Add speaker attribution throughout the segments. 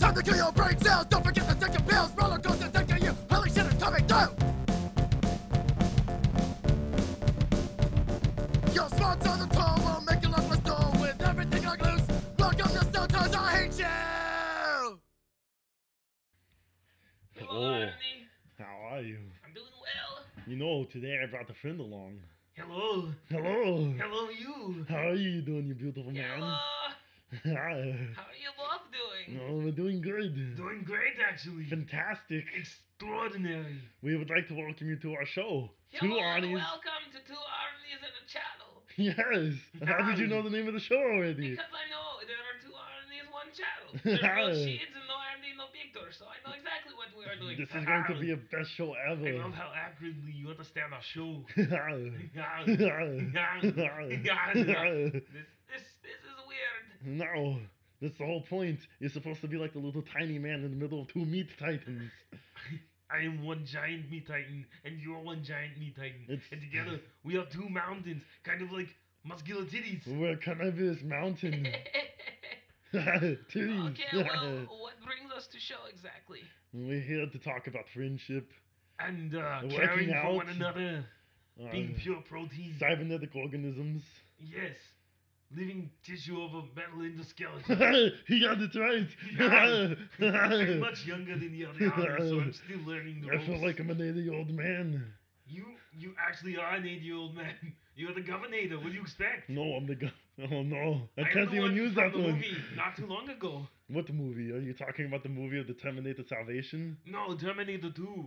Speaker 1: Welcome to your brain cells. Don't forget to take your pills. Roller coaster taking you. Holy shit, it's coming through. Your spots on the toe will make you look like stone with everything like loose. Welcome to Stone Toes. I hate you.
Speaker 2: Hello,
Speaker 3: Oh.
Speaker 2: Anthony.
Speaker 3: How are you?
Speaker 2: I'm doing well.
Speaker 3: You know, today I brought a friend along.
Speaker 2: Hello.
Speaker 3: Hello.
Speaker 2: Hello, you.
Speaker 3: How are you doing, you beautiful man?
Speaker 2: Hello.
Speaker 3: Hi.
Speaker 2: How are you both doing?
Speaker 3: no, we're doing good.
Speaker 2: Doing great, actually.
Speaker 3: Fantastic.
Speaker 2: Extraordinary.
Speaker 3: We would like to welcome you to our show. Two
Speaker 2: Hello, and
Speaker 3: Arnie's.
Speaker 2: welcome to Two Arnie's and a Channel.
Speaker 3: Yes. How did you know
Speaker 2: Hi.
Speaker 3: the name of the show already?
Speaker 2: Because I know there are two Arnie's, one channel. There's no shades and no Arnie, no Victor, so I know exactly what we are doing.
Speaker 3: This is going to be a best show ever.
Speaker 2: I love how accurately you understand our show. This, this, this is weird.
Speaker 3: no. That's the whole point. You're supposed to be like the little tiny man in the middle of two meat titans.
Speaker 2: I am one giant meat titan, and you're one giant meat titan.
Speaker 3: It's-
Speaker 2: And together, we are two mountains, kind of like muscular titties.
Speaker 3: We're Cannabis Mountain.
Speaker 2: okay,
Speaker 3: Titties.
Speaker 2: well, what brings us to show exactly?
Speaker 3: We're here to talk about friendship,
Speaker 2: And uh,
Speaker 3: Working
Speaker 2: caring for one
Speaker 3: out.
Speaker 2: another,
Speaker 3: uh,
Speaker 2: being pure protein.
Speaker 3: cybernetic organisms.
Speaker 2: Yes, living tissue over metal endoskeleton.
Speaker 3: he got it right.
Speaker 2: I'm much younger than the other others, so I'm still learning the
Speaker 3: I
Speaker 2: ropes.
Speaker 3: feel like I'm an 80 year old man.
Speaker 2: you, you actually are an 80 year old man. You're the governor. What do you expect?
Speaker 3: No, I'm the guy. Oh no, I
Speaker 2: I am
Speaker 3: can't
Speaker 2: the
Speaker 3: even
Speaker 2: one
Speaker 3: use
Speaker 2: from
Speaker 3: that
Speaker 2: the
Speaker 3: one.
Speaker 2: Movie not too long ago.
Speaker 3: What movie? Are you talking about the movie of the Terminator Salvation?
Speaker 2: No, Terminator 2,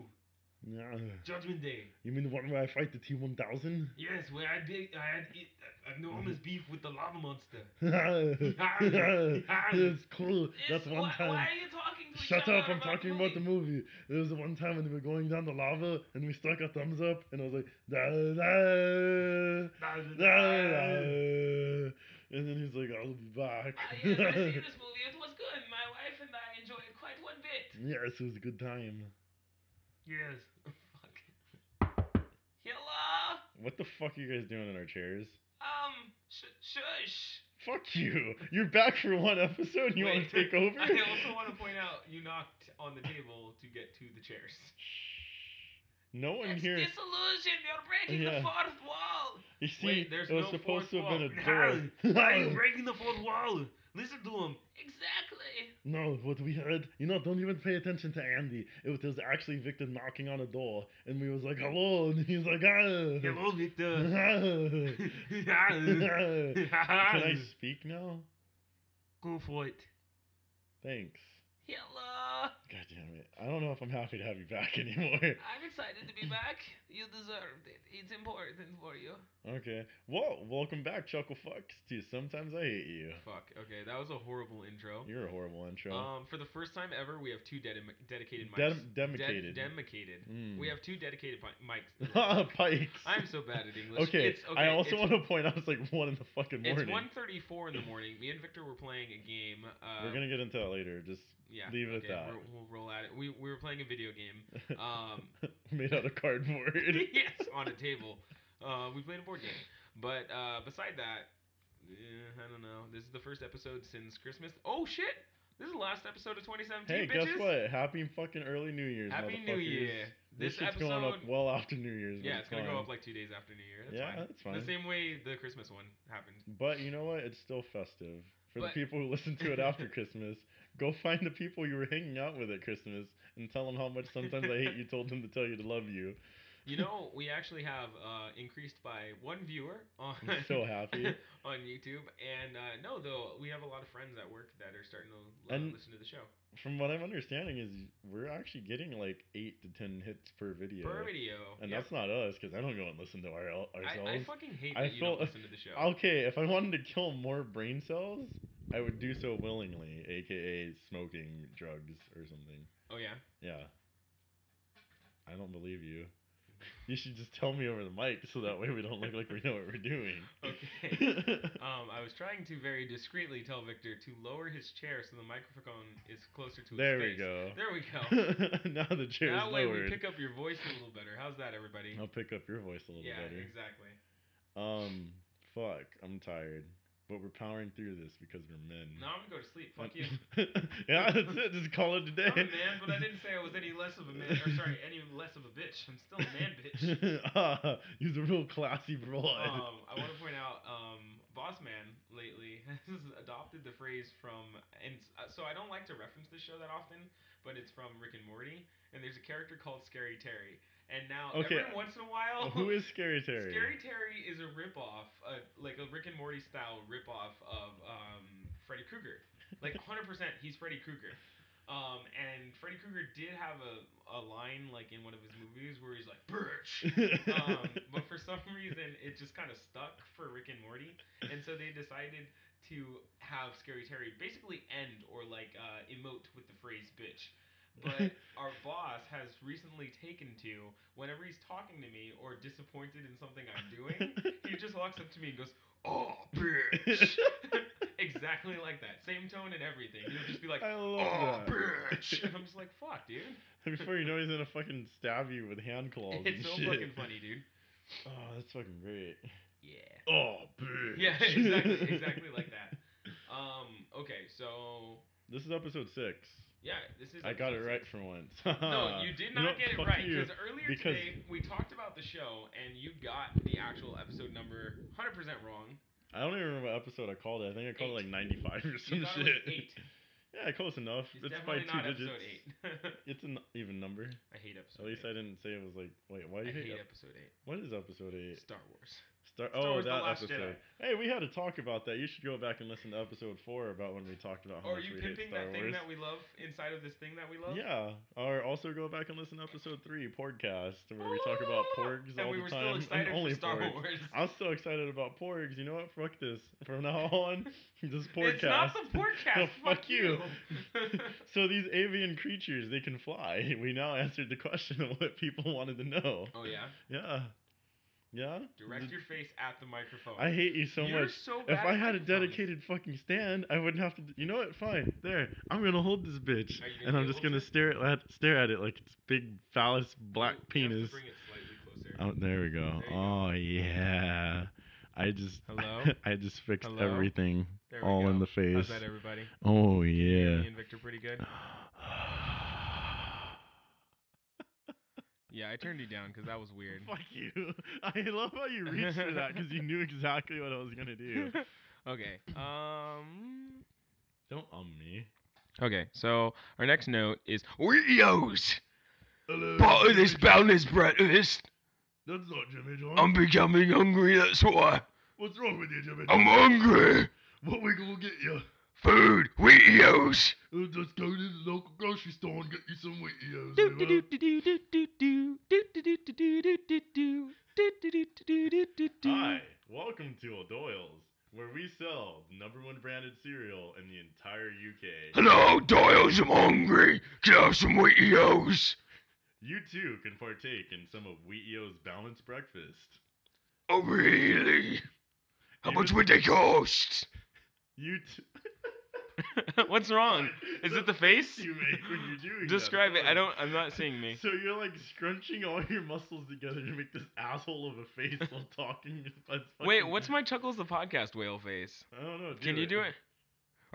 Speaker 3: Yeah.
Speaker 2: Judgment Day.
Speaker 3: You mean the one where I fight the T1000?
Speaker 2: Yes, where I, be, I had e-
Speaker 4: uh,
Speaker 2: a- enormous
Speaker 3: Mm-hmm.
Speaker 2: beef with the lava monster.
Speaker 3: it's cool. That's
Speaker 2: It's-
Speaker 3: one
Speaker 2: why,
Speaker 3: time.
Speaker 2: Why are you talking to each
Speaker 3: Shut
Speaker 2: other
Speaker 3: up, I'm talking about the
Speaker 2: movie?
Speaker 3: movie. There was one time when we were going down the lava and we stuck our thumbs up and I was like, da da
Speaker 2: Da-
Speaker 3: da
Speaker 2: da-
Speaker 3: da. And then he's like, I'll be back.
Speaker 2: Ah, yes, I see
Speaker 3: yes,
Speaker 2: this movie. It was good. My wife and I enjoyed it quite one bit.
Speaker 3: it was a good time.
Speaker 2: Yes. Fuck. Hello?
Speaker 3: What the fuck are you guys doing in our chairs?
Speaker 2: Um, sh- shush.
Speaker 3: Fuck you. You're back for one episode. You want
Speaker 4: Wait,
Speaker 3: to take over?
Speaker 4: I also want to point out you knocked on the table to get to the chairs.
Speaker 3: No one
Speaker 2: It's
Speaker 3: Oh, here.
Speaker 2: disillusion. You're breaking
Speaker 3: Yeah.
Speaker 2: the fourth wall.
Speaker 3: You see,
Speaker 4: there's
Speaker 3: it was
Speaker 4: no
Speaker 3: supposed
Speaker 4: fourth
Speaker 3: to have been a
Speaker 2: wall.
Speaker 3: door.
Speaker 2: Why are you breaking the fourth wall? Listen to him. Exactly.
Speaker 3: No, what we heard, you know, don't even pay attention to Andy. It was, there's actually Victor knocking on a door, and we was like, hello, and he's like, ah.
Speaker 2: Hello, Victor.
Speaker 3: Can
Speaker 4: Ah.
Speaker 3: I speak now?
Speaker 2: Go for it.
Speaker 3: Thanks.
Speaker 2: Hello.
Speaker 3: God damn it. I don't know if I'm happy to have you back anymore.
Speaker 2: I'm excited to be back. You deserved it. It's important for you.
Speaker 3: Okay. Whoa, welcome back, Chuckle Fucks, to Sometimes I Hate You.
Speaker 4: Fuck. Okay, that was a horrible intro.
Speaker 3: You're a horrible intro.
Speaker 4: Um, for the first time ever, we have two dedi- dedicated mics.
Speaker 3: Dem-
Speaker 4: Ded-
Speaker 3: demicated.
Speaker 4: demicated.
Speaker 3: Mm.
Speaker 4: We have two dedicated pi- mics.
Speaker 3: Ah, Pikes.
Speaker 4: I'm so bad at English.
Speaker 3: okay.
Speaker 4: It's, okay
Speaker 3: I also
Speaker 4: it's,
Speaker 3: want to point out it's like one in the fucking
Speaker 4: It's
Speaker 3: morning.
Speaker 4: 1:34 in the morning. Me and Victor were playing a game. Uh,
Speaker 3: We're gonna get into that later. Just
Speaker 4: yeah,
Speaker 3: leave it at
Speaker 4: okay,
Speaker 3: that.
Speaker 4: we're- We'll roll at it. We, we were playing a video game. Um,
Speaker 3: made out of cardboard.
Speaker 4: yes, on a table. Uh, we played a board game. But uh, beside that, eh, I don't know. This is the first episode since Christmas. Oh shit! This is the last episode of 2017.
Speaker 3: Hey,
Speaker 4: bitches.
Speaker 3: guess what? Happy fucking early New Year's,
Speaker 4: Happy New
Speaker 3: motherfuckers.
Speaker 4: Year. This
Speaker 3: This, shit's going up
Speaker 4: episode-
Speaker 3: well after New Year's. but
Speaker 4: Yeah, it's gonna go
Speaker 3: fine.
Speaker 4: up like two days after New Year. That's
Speaker 3: yeah,
Speaker 4: fine.
Speaker 3: that's fine.
Speaker 4: The same way the Christmas one happened.
Speaker 3: But you know what? It's still festive. For the
Speaker 4: But-
Speaker 3: people who listen to it after Christmas, go find the people you were hanging out with at Christmas and tell them how much sometimes I hate you told them to tell you to love you.
Speaker 4: You know, we actually have uh, increased by one viewer on
Speaker 3: I'm so happy.
Speaker 4: on YouTube, and uh, no, though we have a lot of friends at work that are starting to uh,
Speaker 3: And-
Speaker 4: listen to the show
Speaker 3: From what I'm understanding is we're actually getting like eight to ten hits per video.
Speaker 4: per video.
Speaker 3: And
Speaker 4: yeah.
Speaker 3: that's not us because I don't go and listen to our, ourselves.
Speaker 4: I, I fucking hate
Speaker 3: I
Speaker 4: that you don't
Speaker 3: feel-
Speaker 4: listen to the show.
Speaker 3: Okay, if I wanted to kill more brain cells, I would do so willingly, aka smoking drugs or something.
Speaker 4: Oh yeah.
Speaker 3: Yeah. I don't believe you. You should just tell me over the mic so that way we don't look like we know what we're doing.
Speaker 4: Okay. um, I was trying to very discreetly tell Victor to lower his chair so the microphone is closer to his
Speaker 3: there we
Speaker 4: face.
Speaker 3: go.
Speaker 4: There we go.
Speaker 3: now the chair
Speaker 4: that
Speaker 3: is
Speaker 4: way
Speaker 3: lowered.
Speaker 4: we pick up your voice a little better. How's that, everybody?
Speaker 3: I'll pick up your voice a little
Speaker 4: yeah,
Speaker 3: better.
Speaker 4: exactly.
Speaker 3: Um, fuck, I'm tired. but we're powering through this because we're men.
Speaker 4: No, I'm gonna go to sleep. Fuck you.
Speaker 3: yeah, that's it. Just call it a day.
Speaker 4: I'm a man, but I didn't say I was any less of a man. Or sorry, any less of a bitch. I'm still a man, bitch.
Speaker 3: ah, he's a real classy boy.
Speaker 4: Um, I want to point out, um, Boss Man lately has adopted the phrase from, and s- uh, so I don't like to reference this show that often, but it's from Rick and Morty, and there's a character called Scary Terry, and now
Speaker 3: Okay.
Speaker 4: every once in a while,
Speaker 3: Who is Scary Terry?
Speaker 4: Scary Terry is a ripoff, uh, like a Rick and Morty style ripoff of um, Freddy Krueger. Like 100%, he's Freddy Krueger. Um, and Freddy Krueger did have a, a line like in one of his movies where he's like, "Bitch." Um, but for some reason, it just kind of stuck for Rick and Morty, and so they decided to have Scary Terry basically end or like uh, emote with the phrase "bitch." But our boss has recently taken to whenever he's talking to me or disappointed in something I'm doing, he just walks up to me and goes, "Oh, bitch." Exactly like that. Same tone and everything. He'll just be like,
Speaker 3: I
Speaker 4: oh,
Speaker 3: love that.
Speaker 4: bitch. And I'm just like, fuck, dude.
Speaker 3: Before you know, he's gonna fucking stab you with hand claws. and
Speaker 4: It's so
Speaker 3: shit.
Speaker 4: fucking funny, dude.
Speaker 3: Oh, that's fucking great.
Speaker 4: Yeah.
Speaker 3: Oh, bitch.
Speaker 4: Yeah, exactly, exactly like that. Um, okay, so
Speaker 3: This is episode six.
Speaker 4: yeah, this is.
Speaker 3: I got it
Speaker 4: episode
Speaker 3: right
Speaker 4: six.
Speaker 3: for once.
Speaker 4: No, you did not
Speaker 3: know what?
Speaker 4: get it
Speaker 3: Fuck
Speaker 4: right
Speaker 3: you.
Speaker 4: because earlier
Speaker 3: because-
Speaker 4: today we talked about the show and you got the actual episode number 100 percent wrong.
Speaker 3: I don't even remember what episode I called it. I think I called it
Speaker 4: Eight.
Speaker 3: like 95 or some
Speaker 4: You thought
Speaker 3: shit.
Speaker 4: it was eight.
Speaker 3: Yeah, close enough.
Speaker 4: It's
Speaker 3: It's,
Speaker 4: definitely
Speaker 3: by two
Speaker 4: not
Speaker 3: digits.
Speaker 4: episode eight.
Speaker 3: It's an even number.
Speaker 4: I hate episode.
Speaker 3: At least I
Speaker 4: eight.
Speaker 3: didn't say it was like. Wait, why
Speaker 4: I
Speaker 3: do you
Speaker 4: hate
Speaker 3: hate? ep-
Speaker 4: episode eight.
Speaker 3: what is episode eight?
Speaker 4: Star Wars.
Speaker 3: Star,
Speaker 4: Star
Speaker 3: oh,
Speaker 4: Wars The
Speaker 3: that
Speaker 4: Last
Speaker 3: episode.
Speaker 4: Jedi.
Speaker 3: Hey, we had to talk about that. You should go back and listen to episode four about when we talked about how
Speaker 4: Are
Speaker 3: much
Speaker 4: Oh, you
Speaker 3: we hate
Speaker 4: pimping
Speaker 3: Star
Speaker 4: that thing
Speaker 3: Wars.
Speaker 4: that we love inside of this thing that we love?
Speaker 3: yeah, or also go back and listen to episode three, Porgcast, where we talk about porgs
Speaker 4: Ah, And
Speaker 3: all
Speaker 4: we
Speaker 3: the
Speaker 4: were
Speaker 3: time
Speaker 4: still excited
Speaker 3: and only
Speaker 4: for Star
Speaker 3: porgs.
Speaker 4: Wars.
Speaker 3: I'm so excited about porgs. You know what? Fuck this. From now on, this porgcast.
Speaker 4: It's not the podcast.
Speaker 3: No,
Speaker 4: fuck,
Speaker 3: fuck
Speaker 4: you.
Speaker 3: you. so these avian creatures, they can fly. We now answered the question of what people wanted to know.
Speaker 4: oh yeah.
Speaker 3: Yeah, yeah.
Speaker 4: Direct your face at the microphone.
Speaker 3: I hate you so
Speaker 4: You're
Speaker 3: much.
Speaker 4: So bad
Speaker 3: If I
Speaker 4: at
Speaker 3: had a
Speaker 4: microphones.
Speaker 3: dedicated fucking stand, I wouldn't have to. d- You know what? Fine. There. I'm gonna hold this bitch,
Speaker 4: Are you gonna
Speaker 3: and I'm
Speaker 4: be
Speaker 3: just
Speaker 4: able
Speaker 3: gonna
Speaker 4: to?
Speaker 3: stare at stare at it like it's big phallus black
Speaker 4: You have to
Speaker 3: penis.
Speaker 4: bring it slightly closer.
Speaker 3: Oh, there we go.
Speaker 4: There you go.
Speaker 3: oh yeah. I just
Speaker 4: Hello?
Speaker 3: I just fixed
Speaker 4: Hello?
Speaker 3: everything
Speaker 4: There we
Speaker 3: all in
Speaker 4: go.
Speaker 3: the face.
Speaker 4: How's that, everybody?
Speaker 3: Oh yeah.
Speaker 4: Me and Victor pretty good. Yeah, I turned you down because that was weird.
Speaker 3: Fuck you. I love how you reached for that because you knew exactly what I was gonna do.
Speaker 4: okay. Um.
Speaker 3: Don't um me.
Speaker 4: Okay. So our next note is Oreos.
Speaker 3: Hello.
Speaker 1: Part of this boundless breakfast.
Speaker 3: That's not Jimmy John.
Speaker 1: I'm becoming hungry, that's why.
Speaker 3: What's wrong with you, Jimmy
Speaker 1: I'm hungry.
Speaker 3: What we gonna get you?
Speaker 1: Food, Wheaties.
Speaker 3: Uh, Just go to the local grocery store and get you some Wheaties.
Speaker 4: Do do
Speaker 3: will.
Speaker 4: do do do do do do do do do do do do do do do do do do do.
Speaker 3: Hi, welcome to O'Doyle's, where we sell the number one branded cereal in the entire UK.
Speaker 1: Hello, Doyles, I'm hungry. Can I have some Wheaties?
Speaker 3: You too can partake in some of Wheaties balanced breakfast.
Speaker 1: Oh, really? How
Speaker 3: You
Speaker 1: much
Speaker 3: t-
Speaker 1: would they cost?
Speaker 3: you t-
Speaker 4: What's wrong? Is it the face?
Speaker 3: you make when you're doing that.
Speaker 4: Describe it. I
Speaker 3: Sorry.
Speaker 4: don't. I'm not seeing me.
Speaker 3: So you're like scrunching all your muscles together to make this asshole of a face while talking. That's
Speaker 4: Wait,
Speaker 3: fucking-
Speaker 4: what's my chuckles the podcast whale face?
Speaker 3: I don't know. Do
Speaker 4: Can you do it?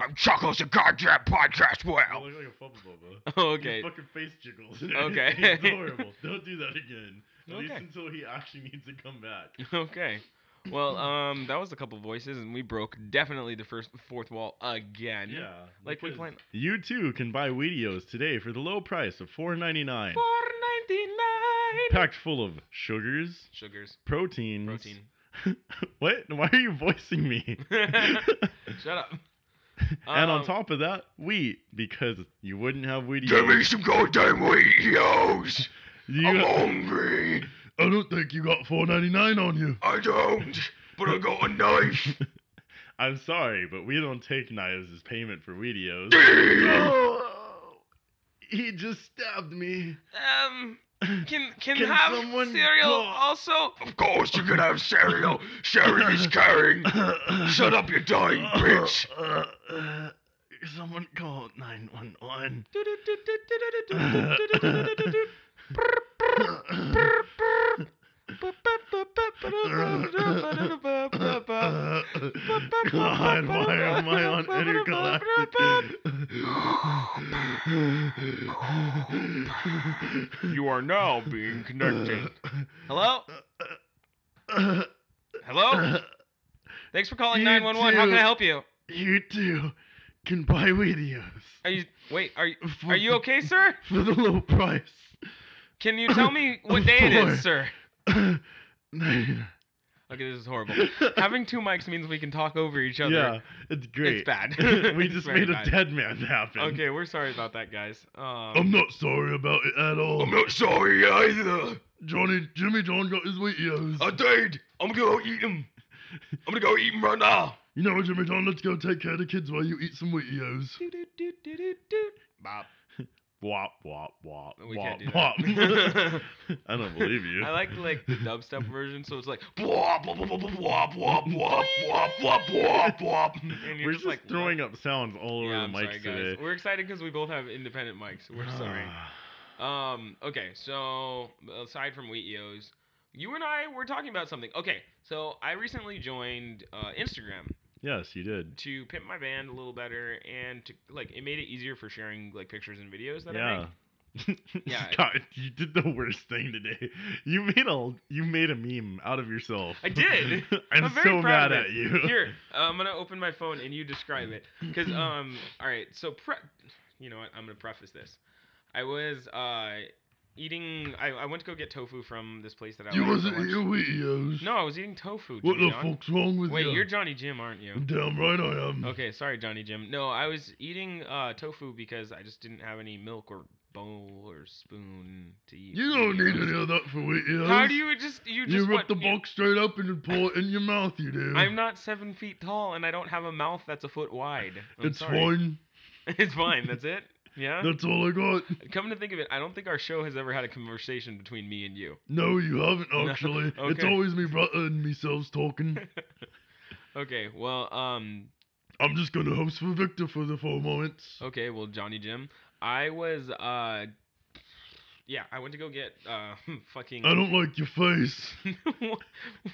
Speaker 1: I'm Chuckles, a goddamn podcast
Speaker 3: You
Speaker 1: well.
Speaker 3: look like a fubba bubba.
Speaker 4: Oh,
Speaker 3: His
Speaker 4: okay.
Speaker 3: fucking face jiggles.
Speaker 4: Okay.
Speaker 3: it's horrible. Don't do that again. At least
Speaker 4: Okay.
Speaker 3: until he actually needs to come back.
Speaker 4: Okay. Well, um, that was a couple voices, and we broke definitely the first fourth wall again.
Speaker 3: Yeah.
Speaker 4: Like we
Speaker 3: because
Speaker 4: plan-
Speaker 3: You too can buy Wheaties today for the low price of four ninety nine.
Speaker 4: Four ninety nine.
Speaker 3: Packed full of sugars,
Speaker 4: Sugars.
Speaker 3: proteins.
Speaker 4: Protein.
Speaker 3: what? Why are you voicing me?
Speaker 4: Shut up.
Speaker 3: and on
Speaker 4: Um,
Speaker 3: top of that, wheat because you wouldn't have Wheaties.
Speaker 1: Give me some goddamn Wheaties.
Speaker 3: You-
Speaker 1: I'm hungry.
Speaker 3: I don't think you got four ninety nine on you.
Speaker 1: I don't, but I got a knife.
Speaker 3: I'm sorry, but we don't take knives as payment for Wheaties.
Speaker 1: Damn.
Speaker 3: Oh, he just stabbed me.
Speaker 4: Um, can can,
Speaker 3: Can
Speaker 4: have
Speaker 3: someone
Speaker 4: cereal
Speaker 3: go-
Speaker 4: also?
Speaker 1: Of course you can have cereal. Sharing is caring. Shut up, you dying bitch.
Speaker 3: Someone call 911. God, why am I on intergalactic?
Speaker 4: You are now being connected. Hello? Hello? Thanks for calling
Speaker 3: You
Speaker 4: 911. How can I
Speaker 3: too.
Speaker 4: help you?
Speaker 3: You too can buy videos.
Speaker 4: Are you Wait, are you
Speaker 3: For
Speaker 4: Are you
Speaker 3: the-
Speaker 4: okay, sir?
Speaker 3: For the low price.
Speaker 4: Can you tell me what day it is, sir? Okay, this is horrible. Having two mics means we can talk over each other.
Speaker 3: yeah, it's
Speaker 4: It's
Speaker 3: great.
Speaker 4: bad.
Speaker 3: we
Speaker 4: It's
Speaker 3: just
Speaker 4: very
Speaker 3: made a
Speaker 4: bad.
Speaker 3: dead man happen.
Speaker 4: Okay, we're sorry about that, guys. Um,
Speaker 3: I'm not sorry about it at all.
Speaker 4: I'm not sorry either.
Speaker 3: Johnny, Jimmy John got his Wheaties.
Speaker 4: did. I'm gonna go eat them. I'm gonna go eat them right now.
Speaker 3: you know what, Jimmy John, let's go take care of the kids while you eat some Wheaties.
Speaker 4: Bop.
Speaker 3: Wop, wop, wop,
Speaker 4: We can't
Speaker 3: wop,
Speaker 4: do
Speaker 3: wop.
Speaker 4: that.
Speaker 3: I don't believe you.
Speaker 4: I like like the dubstep version, so it's like
Speaker 5: Wop, wop, wop, wop, wop, wop, wop, wop, wop, wop, wop.
Speaker 4: and
Speaker 3: We're
Speaker 4: you're
Speaker 3: just,
Speaker 4: like
Speaker 3: throwing
Speaker 4: what?
Speaker 3: up sounds all over
Speaker 4: Yeah,
Speaker 3: the
Speaker 4: I'm
Speaker 3: mics Ah.
Speaker 4: sorry, guys.
Speaker 3: today.
Speaker 4: We're excited because we both have independent mics. We're sorry. Um. Okay. So aside from Wheat EOs, you and I were talking about something. Okay. So I recently joined uh, Instagram
Speaker 3: yes, you did.
Speaker 4: to pimp my band a little better, and to like it made it easier for sharing like pictures and videos that I
Speaker 3: yeah.
Speaker 4: make. Yeah.
Speaker 3: God, you did the worst thing today. You made a you made a meme out of yourself.
Speaker 4: I did.
Speaker 3: I'm,
Speaker 4: I'm very
Speaker 3: so
Speaker 4: proud
Speaker 3: mad
Speaker 4: of
Speaker 3: at
Speaker 4: it.
Speaker 3: you.
Speaker 4: Here, uh, I'm gonna open my phone and you describe it, cause um. All right. So pre, you know what? I'm gonna preface this. I was uh eating. I, I went to go get tofu from this place that I
Speaker 3: you
Speaker 4: like for
Speaker 3: wasn't
Speaker 4: lunch.
Speaker 3: eating Wheaties.
Speaker 4: No, I was eating tofu.
Speaker 3: What
Speaker 4: Jimmy
Speaker 3: the
Speaker 4: Don.
Speaker 3: fuck's wrong with
Speaker 4: Wait,
Speaker 3: you?
Speaker 4: you're Johnny Jim, aren't you?
Speaker 3: Damn right I am.
Speaker 4: Okay, sorry, Johnny Jim. No, I was eating uh, tofu because I just didn't have any milk or bowl or spoon to eat.
Speaker 3: You don't
Speaker 4: Wheaties.
Speaker 3: need any of that for Wheaties.
Speaker 4: How do you just you
Speaker 3: You
Speaker 4: just
Speaker 3: rip
Speaker 4: what-
Speaker 3: the box straight up and you pour it in your mouth, you do.
Speaker 4: I'm not seven feet tall and I don't have a mouth that's a foot wide. I'm
Speaker 3: It's
Speaker 4: sorry.
Speaker 3: fine.
Speaker 4: it's fine. That's it. Yeah.
Speaker 3: That's all I got.
Speaker 4: Come to think of it, I don't think our show has ever had a conversation between me and you.
Speaker 3: No, you haven't
Speaker 4: No,
Speaker 3: actually. It's
Speaker 4: okay.
Speaker 3: always me brother and myself talking.
Speaker 4: Okay. Well, um,
Speaker 3: I'm just gonna host for Victor for the four moments.
Speaker 4: Okay, well, Johnny Jim, I was uh, yeah, I went to go get uh, fucking.
Speaker 3: I don't like your face.
Speaker 4: what,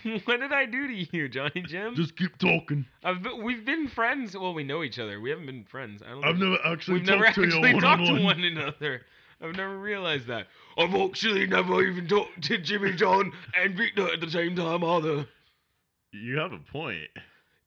Speaker 4: what did I do to you, Johnny Jim?
Speaker 3: Just keep talking.
Speaker 4: I've been, we've been friends. Well, we know each other. We haven't been friends. I don't.
Speaker 3: I've
Speaker 4: think-
Speaker 3: never actually
Speaker 4: We've
Speaker 3: talked
Speaker 4: never
Speaker 3: to you
Speaker 4: actually
Speaker 3: one
Speaker 4: talked
Speaker 3: on
Speaker 4: to
Speaker 3: one.
Speaker 4: one another. I've never realized that. I've actually never even talked to Jimmy John and Victor at the same time either.
Speaker 3: You have a point.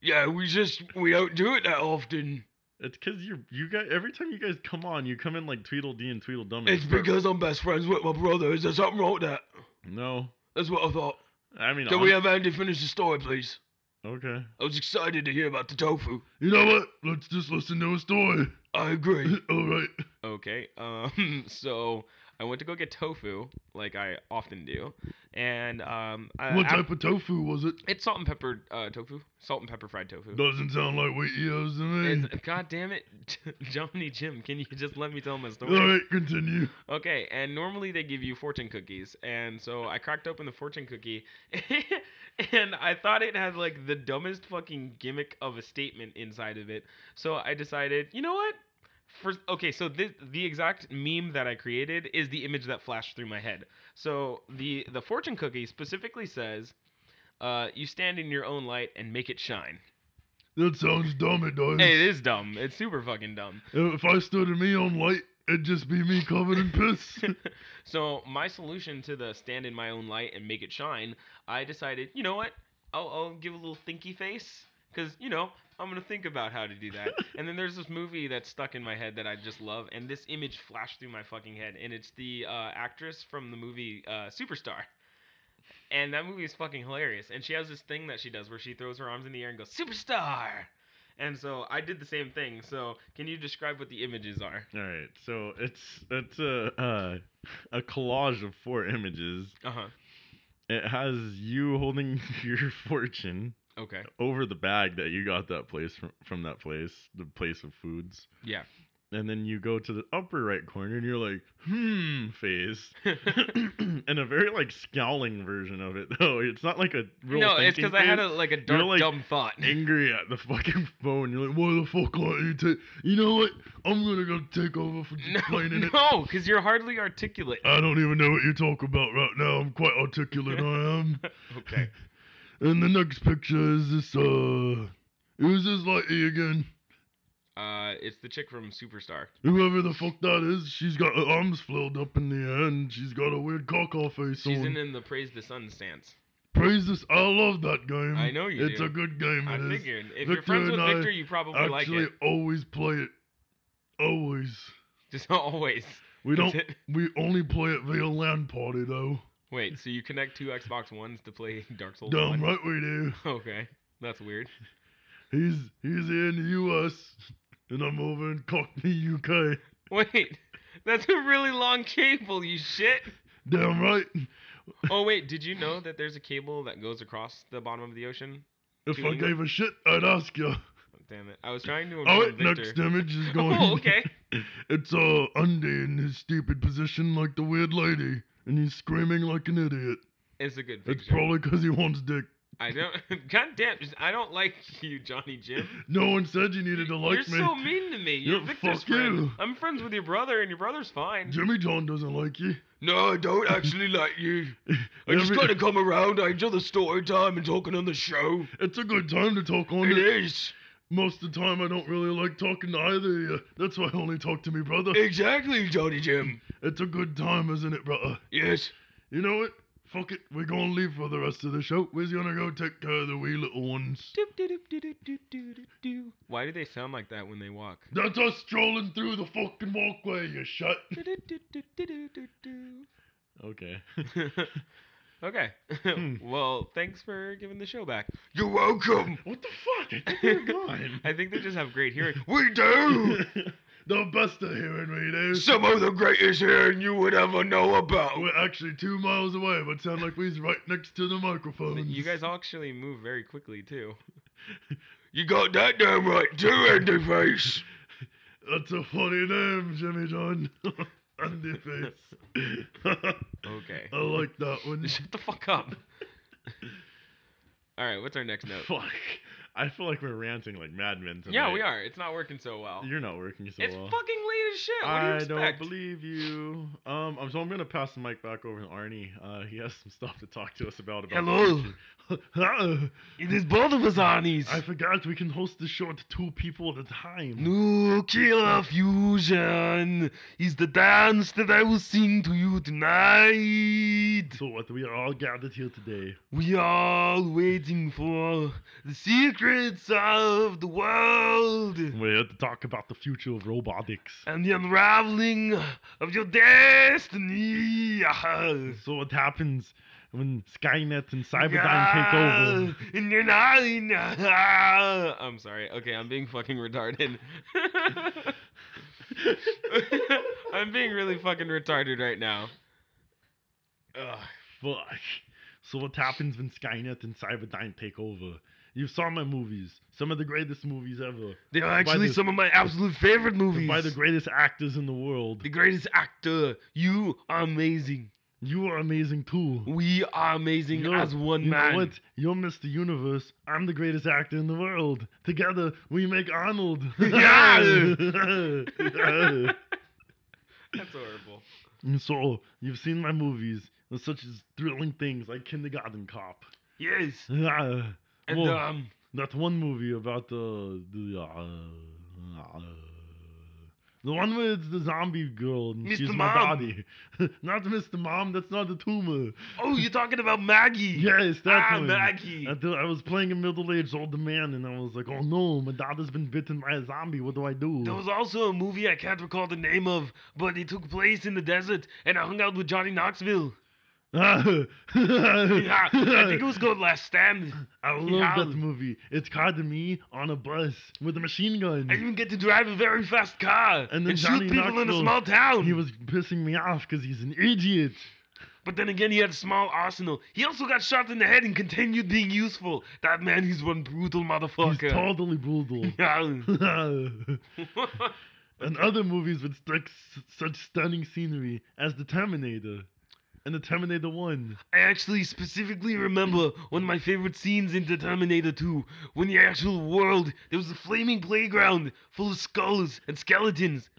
Speaker 4: Yeah, we just we don't do it that often.
Speaker 3: It's because you you guys every time you guys come on, you come in like Tweedledee and Tweedledum.
Speaker 4: It's
Speaker 3: per-
Speaker 4: because I'm best friends with my brother. Is there something wrong with that?
Speaker 3: no,
Speaker 4: That's what I thought.
Speaker 3: I mean
Speaker 4: Can we
Speaker 3: hon-
Speaker 4: have Andy finish the story, please?
Speaker 3: okay.
Speaker 4: I was excited to hear about the tofu.
Speaker 3: You know what? Let's just listen to a story.
Speaker 4: I agree.
Speaker 3: all right.
Speaker 4: okay, um, so I went to go get tofu, like I often do, and um, I,
Speaker 3: what
Speaker 4: I-
Speaker 3: type of tofu was it?
Speaker 4: it's salt and pepper uh, tofu, salt and pepper fried tofu.
Speaker 3: Doesn't sound like Wheaties to me.
Speaker 4: It's- God damn it, Johnny Jim! Can you just let me tell my
Speaker 3: All
Speaker 4: story?
Speaker 3: right, continue.
Speaker 4: Okay, and normally they give you fortune cookies, and so I cracked open the fortune cookie, and I thought it had like the dumbest fucking gimmick of a statement inside of it. So I decided, you know what? For, okay, so this, the exact meme that I created is the image that flashed through my head. So the the fortune cookie specifically says, uh, "You stand in your own light and make it shine."
Speaker 3: That sounds dumb, it does.
Speaker 4: Hey, it is dumb. It's super fucking dumb.
Speaker 3: If I stood in me on light, it'd just be me covered in piss.
Speaker 4: so my solution to the stand in my own light and make it shine, I decided, you know what? I'll, I'll give a little thinky face because you know I'm gonna think about how to do that. and then there's this movie that's stuck in my head that I just love, and this image flashed through my fucking head, and it's the uh, actress from the movie uh, Superstar. And that movie is fucking hilarious. And she has this thing that she does where she throws her arms in the air and goes superstar. And so I did the same thing. So can you describe what the images are?
Speaker 3: All right, so it's it's a uh, a collage of four images.
Speaker 4: Uh huh.
Speaker 3: It has you holding your fortune
Speaker 4: Okay.
Speaker 3: over the bag that you got that place from, from that place, the place of foods.
Speaker 4: Yeah.
Speaker 3: And then you go to the upper right corner and you're like, hmm, face. and a very like scowling version of it though. It's not like a real
Speaker 4: no, it's
Speaker 3: thinking
Speaker 4: because I had
Speaker 3: face.
Speaker 4: a, like a dark,
Speaker 3: like,
Speaker 4: dumb thought.
Speaker 3: angry at the fucking phone. You're like, why the fuck aren't you take? You know what? I'm gonna go take over for just
Speaker 4: No,
Speaker 3: explaining it.
Speaker 4: no, because you're hardly articulate.
Speaker 3: I don't even know what you talk about right now. I'm quite articulate. I am.
Speaker 4: Okay.
Speaker 3: And the next picture is this, uh. Who's this lady again?
Speaker 4: Uh, it's the chick from Superstar.
Speaker 3: Whoever the fuck that is, she's got her arms flailed up in the air and she's got a weird cockle face
Speaker 4: She's
Speaker 3: on.
Speaker 4: in, in the Praise the Sun stance.
Speaker 3: Praise this. I love that game.
Speaker 4: I know you
Speaker 3: It's
Speaker 4: do.
Speaker 3: a good game.
Speaker 4: I
Speaker 3: it is.
Speaker 4: figured. If
Speaker 3: Victor
Speaker 4: you're friends with
Speaker 3: and I
Speaker 4: Victor, you probably like
Speaker 3: Actually,
Speaker 4: it.
Speaker 3: always play it. Always.
Speaker 4: Just always.
Speaker 3: We
Speaker 4: That's
Speaker 3: don't.
Speaker 4: it.
Speaker 3: We only play it via LAN party though.
Speaker 4: Wait, so you connect two Xbox Ones to play Dark Souls 1?
Speaker 3: Damn right we do.
Speaker 4: Okay. That's weird.
Speaker 3: He's he's here in the U.S. and I'm over in Cockney, U.K.
Speaker 4: Wait. That's a really long cable, you shit.
Speaker 3: Damn right.
Speaker 4: Oh wait, did you know that there's a cable that goes across the bottom of the ocean?
Speaker 3: If I
Speaker 4: Dude.
Speaker 3: gave a shit, I'd ask you.
Speaker 4: Damn it. I was trying to
Speaker 3: Oh,
Speaker 4: inform
Speaker 3: wait,
Speaker 4: Victor.
Speaker 3: next image is going.
Speaker 4: Oh, okay.
Speaker 3: It's uh Undy in his stupid position like the weird lady, and he's screaming like an idiot.
Speaker 4: It's a good
Speaker 3: It's
Speaker 4: picture.
Speaker 3: probably 'cause he wants dick.
Speaker 4: I don't God damn, just- I don't like you, Johnny Jim.
Speaker 3: No one said you needed to like
Speaker 4: You're
Speaker 3: me.
Speaker 4: so mean to me. You're
Speaker 3: Yeah,
Speaker 4: Victor's
Speaker 3: fuck
Speaker 4: friend.
Speaker 3: you.
Speaker 4: I'm friends with your brother, and your brother's fine.
Speaker 3: Jimmy John doesn't like you.
Speaker 4: No, I don't actually like you. I just
Speaker 3: Every-
Speaker 4: gotta come around. I enjoy the story time and talking on the show.
Speaker 3: It's a good time to talk on
Speaker 4: It
Speaker 3: it.
Speaker 4: is
Speaker 3: Most of the time, I don't really like talking to either of you. That's why I only talk to me brother.
Speaker 4: exactly Johnny Jim.
Speaker 3: It's a good time, isn't it, brother?
Speaker 4: Yes.
Speaker 3: You know what? Fuck it. We're gonna leave for the rest of the show. We're gonna go take care of the wee little ones.
Speaker 4: Why do they sound like that when they walk?
Speaker 3: That's us strolling through the fucking walkway, you shut.
Speaker 4: Okay. okay.
Speaker 3: Hmm.
Speaker 4: well, thanks for giving the show back.
Speaker 6: You're welcome.
Speaker 3: What the fuck? I think we're gone.
Speaker 4: I think they just have great hearing.
Speaker 6: We do.
Speaker 3: the best of hearing we do.
Speaker 6: Some of the greatest hearing you would ever know about.
Speaker 3: we're actually two miles away, but sound like we's right next to the microphones.
Speaker 4: You guys actually move very quickly too.
Speaker 6: You got that damn right too, Andy Face.
Speaker 3: That's a funny name, Jimmy John. Andy Face.
Speaker 4: Okay.
Speaker 3: I like that one.
Speaker 4: Shut the fuck up. All right, what's our next note?
Speaker 3: Fuck. I feel like we're ranting like madmen tonight.
Speaker 4: Yeah, we are. It's not working so well.
Speaker 3: You're not working so
Speaker 4: it's
Speaker 3: well.
Speaker 4: fucking late as shit. What do you
Speaker 3: I
Speaker 4: expect?
Speaker 3: don't believe you. Um, I'm- so I'm gonna pass the mic back over to Arnie. Uh, he has some stuff to talk to us about. about Hello.
Speaker 4: It is both of us, Arnie's.
Speaker 3: I forgot we can host the show to two people at a time.
Speaker 4: Nuclear fusion is the dance that I will sing to you tonight.
Speaker 3: So what? We are all gathered here today.
Speaker 4: We are waiting for the secrets of the world
Speaker 3: We're here to talk about the future of robotics.
Speaker 4: and the unraveling of your destiny.
Speaker 3: So what happens when Skynet and Cyberdyne take over?
Speaker 4: In your nine. I'm sorry. Okay, I'm being fucking retarded. I'm being really fucking retarded right now. Ugh.
Speaker 3: Fuck. So what happens when Skynet and Cyberdyne take over? You saw my movies, some of the greatest movies ever,
Speaker 4: They are
Speaker 3: By
Speaker 4: actually
Speaker 3: the-
Speaker 4: some of my absolute favorite movies.
Speaker 3: by the greatest actors in the world.
Speaker 4: the greatest actor. You are amazing.
Speaker 3: You are amazing too.
Speaker 4: We are amazing
Speaker 3: You're-
Speaker 4: as one
Speaker 3: You
Speaker 4: man.
Speaker 3: know what? You're Mr. Universe. I'm the greatest actor in the world. Together, we make Arnold.
Speaker 4: Yeah. That's horrible.
Speaker 3: And so, oh, you've seen my movies, such as thrilling things like Kindergarten Cop.
Speaker 4: Yes.
Speaker 3: Yeah.
Speaker 4: And
Speaker 3: Well,
Speaker 4: um,
Speaker 3: That one movie about the the uh, uh, the one where it's the zombie girl and
Speaker 4: Mr.
Speaker 3: she's
Speaker 4: Mom.
Speaker 3: my body. not Mr. Mom. That's not a tumor.
Speaker 4: oh, you're talking about Maggie.
Speaker 3: Yes, that
Speaker 4: ah,
Speaker 3: one.
Speaker 4: Maggie.
Speaker 3: I, th- I was playing a middle-aged older man, and I was like, "Oh no, my daughter's been bitten by a zombie. What do I do?"
Speaker 4: There was also a movie I can't recall the name of, but it took place in the desert, and I hung out with Johnny Knoxville. Yeah, I think it was called Last Stand.
Speaker 3: I love
Speaker 4: Yeah.
Speaker 3: that movie. It's called me on a bus with a machine gun.
Speaker 4: I even get to drive a very fast car
Speaker 3: And
Speaker 4: and,
Speaker 3: then
Speaker 4: shoot
Speaker 3: Johnny
Speaker 4: people in a
Speaker 3: Knoxville,
Speaker 4: small town.
Speaker 3: he was pissing me off because he's an idiot.
Speaker 4: but then again, he had a small arsenal. He also got shot in the head and continued being useful. That man, he's one brutal motherfucker.
Speaker 3: He's totally brutal.
Speaker 4: Yeah.
Speaker 3: and other movies with such, such stunning scenery as The Terminator and The Terminator 1.
Speaker 4: I actually specifically remember one of my favorite scenes in The Terminator 2, when the actual world, there was a flaming playground full of skulls and skeletons.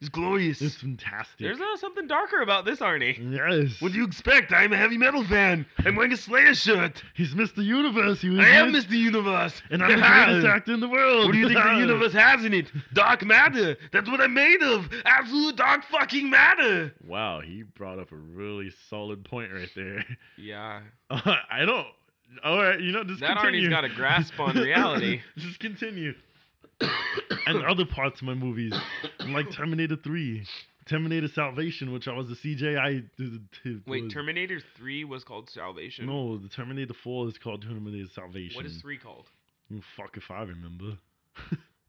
Speaker 4: It's glorious.
Speaker 3: It's fantastic.
Speaker 4: There's uh, something darker about this, Arnie.
Speaker 3: yes.
Speaker 4: What do you expect? I'm a heavy metal fan. I'm wearing a Slayer shirt.
Speaker 3: He's Mr. Universe. You
Speaker 4: I am
Speaker 3: idiot.
Speaker 4: Mr. Universe.
Speaker 3: And I'm the greatest actor in the world.
Speaker 4: What do you think the universe has in it? Dark matter. That's what I'm made of. Absolute dark fucking matter.
Speaker 3: Wow, he brought up a really solid point right there.
Speaker 4: Yeah.
Speaker 3: Uh, I don't. All right, you know, just
Speaker 4: That
Speaker 3: continue.
Speaker 4: Arnie's got a grasp on reality.
Speaker 3: just continue. and other parts of my movies, like Terminator 3, Terminator Salvation, which I was a CJI.
Speaker 4: Wait, Terminator 3 was called Salvation.
Speaker 3: No, the Terminator 4 is called Terminator Salvation.
Speaker 4: What is 3 called?
Speaker 3: Oh, Fuck if I remember.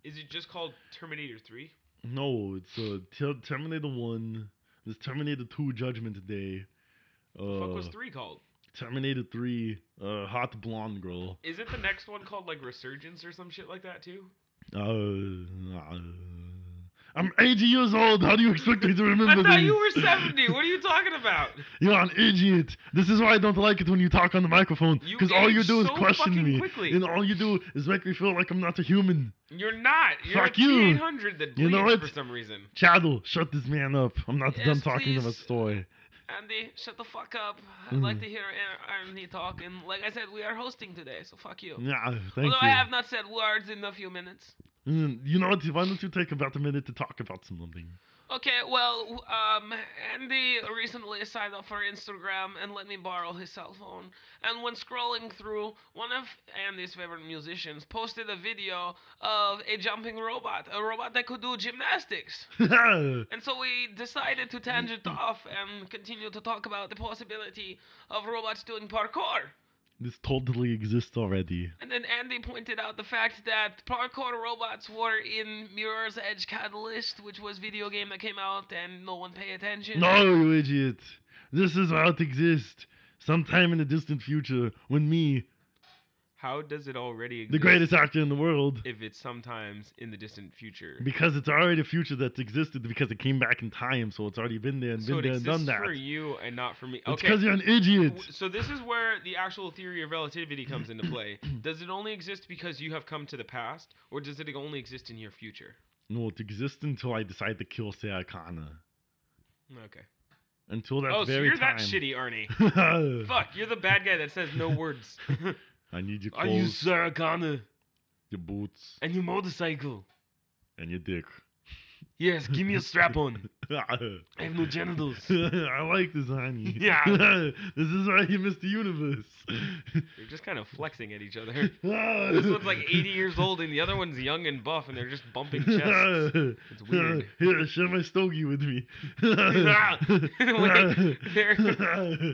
Speaker 4: Is it just called Terminator 3?
Speaker 3: No, it's uh, Ter- Terminator 1. There's Terminator 2 Judgment Day. Uh,
Speaker 4: What fuck was 3 called?
Speaker 3: Terminator 3, uh, Hot Blonde Girl.
Speaker 4: Isn't the next one called like Resurgence or some shit like that too?
Speaker 3: Uh, uh, I'm 80 years old. How do you expect me to remember
Speaker 4: I
Speaker 3: this?
Speaker 4: thought you were 70. What are you talking about?
Speaker 3: You're an idiot. This is why I don't like it when you talk on the microphone.
Speaker 4: You
Speaker 3: Because all
Speaker 4: age
Speaker 3: you do is
Speaker 4: so
Speaker 3: question
Speaker 4: fucking
Speaker 3: me.
Speaker 4: quickly.
Speaker 3: And all you do is make me feel like I'm not a human.
Speaker 4: You're not. You're
Speaker 3: Fuck
Speaker 4: a
Speaker 3: you.
Speaker 4: T800 that bleeds
Speaker 3: You know what?
Speaker 4: for some reason.
Speaker 3: Chadel, shut this man up. I'm not
Speaker 4: Yes,
Speaker 3: done talking to my
Speaker 4: please.
Speaker 3: story.
Speaker 4: Andy, shut the fuck up.
Speaker 3: I'd like Mm.
Speaker 4: to hear Arnie talk. And like I said, we are hosting today, so fuck you.
Speaker 3: Nah, thank you.
Speaker 4: not said words in a few minutes.
Speaker 3: Mm, You know what? Why don't you take about a minute to talk about something?
Speaker 4: Okay, well, w- um, Andy recently signed up for Instagram and let me borrow his cell phone. And when scrolling through, one of Andy's favorite musicians posted a video of a jumping robot, a robot that could do gymnastics. And so we decided to tangent off and continue to talk about the possibility of robots doing parkour.
Speaker 3: this totally exists already.
Speaker 4: And then Andy pointed out the fact that parkour robots were in Mirror's Edge Catalyst, which was video game that came out and no one paid attention.
Speaker 3: No, you idiot. This is how it exists. Sometime in the distant future, when me,
Speaker 4: How does it already exist
Speaker 3: the greatest actor in the world,
Speaker 4: if it's sometimes in the distant future?
Speaker 3: because it's already a future that's existed because it came back in time, so it's already been there and
Speaker 4: so it
Speaker 3: been there and done
Speaker 4: exists
Speaker 3: that.
Speaker 4: for you and not for me.
Speaker 3: It's
Speaker 4: Okay.
Speaker 3: because you're an idiot.
Speaker 4: w- So this is where the actual theory of relativity comes into play. Does it only exist because you have come to the past, or does it only exist in your future?
Speaker 3: No, it exists until I decide to kill Sarah Connor.
Speaker 4: Okay.
Speaker 3: Until that
Speaker 4: oh, so
Speaker 3: very
Speaker 4: you're
Speaker 3: time.
Speaker 4: that shitty, Arnie.
Speaker 3: shitty.
Speaker 4: Fuck, you're the bad guy that says no words.
Speaker 3: I need your
Speaker 4: Are
Speaker 3: clothes,
Speaker 4: you Sarah Connor?
Speaker 3: your boots,
Speaker 4: And your motorcycle?
Speaker 3: and your dick.
Speaker 4: Yes, give me a strap on.
Speaker 3: I
Speaker 4: I have no genitals.
Speaker 3: like this honey.
Speaker 4: Yeah.
Speaker 3: this is why you missed the universe.
Speaker 4: They're just kind of flexing at each other.
Speaker 3: this
Speaker 4: This one's like 80 years old, and the other one's young and buff, and they're just bumping chests. It's weird.
Speaker 3: Here, share my stogie with me.
Speaker 4: Wait, there-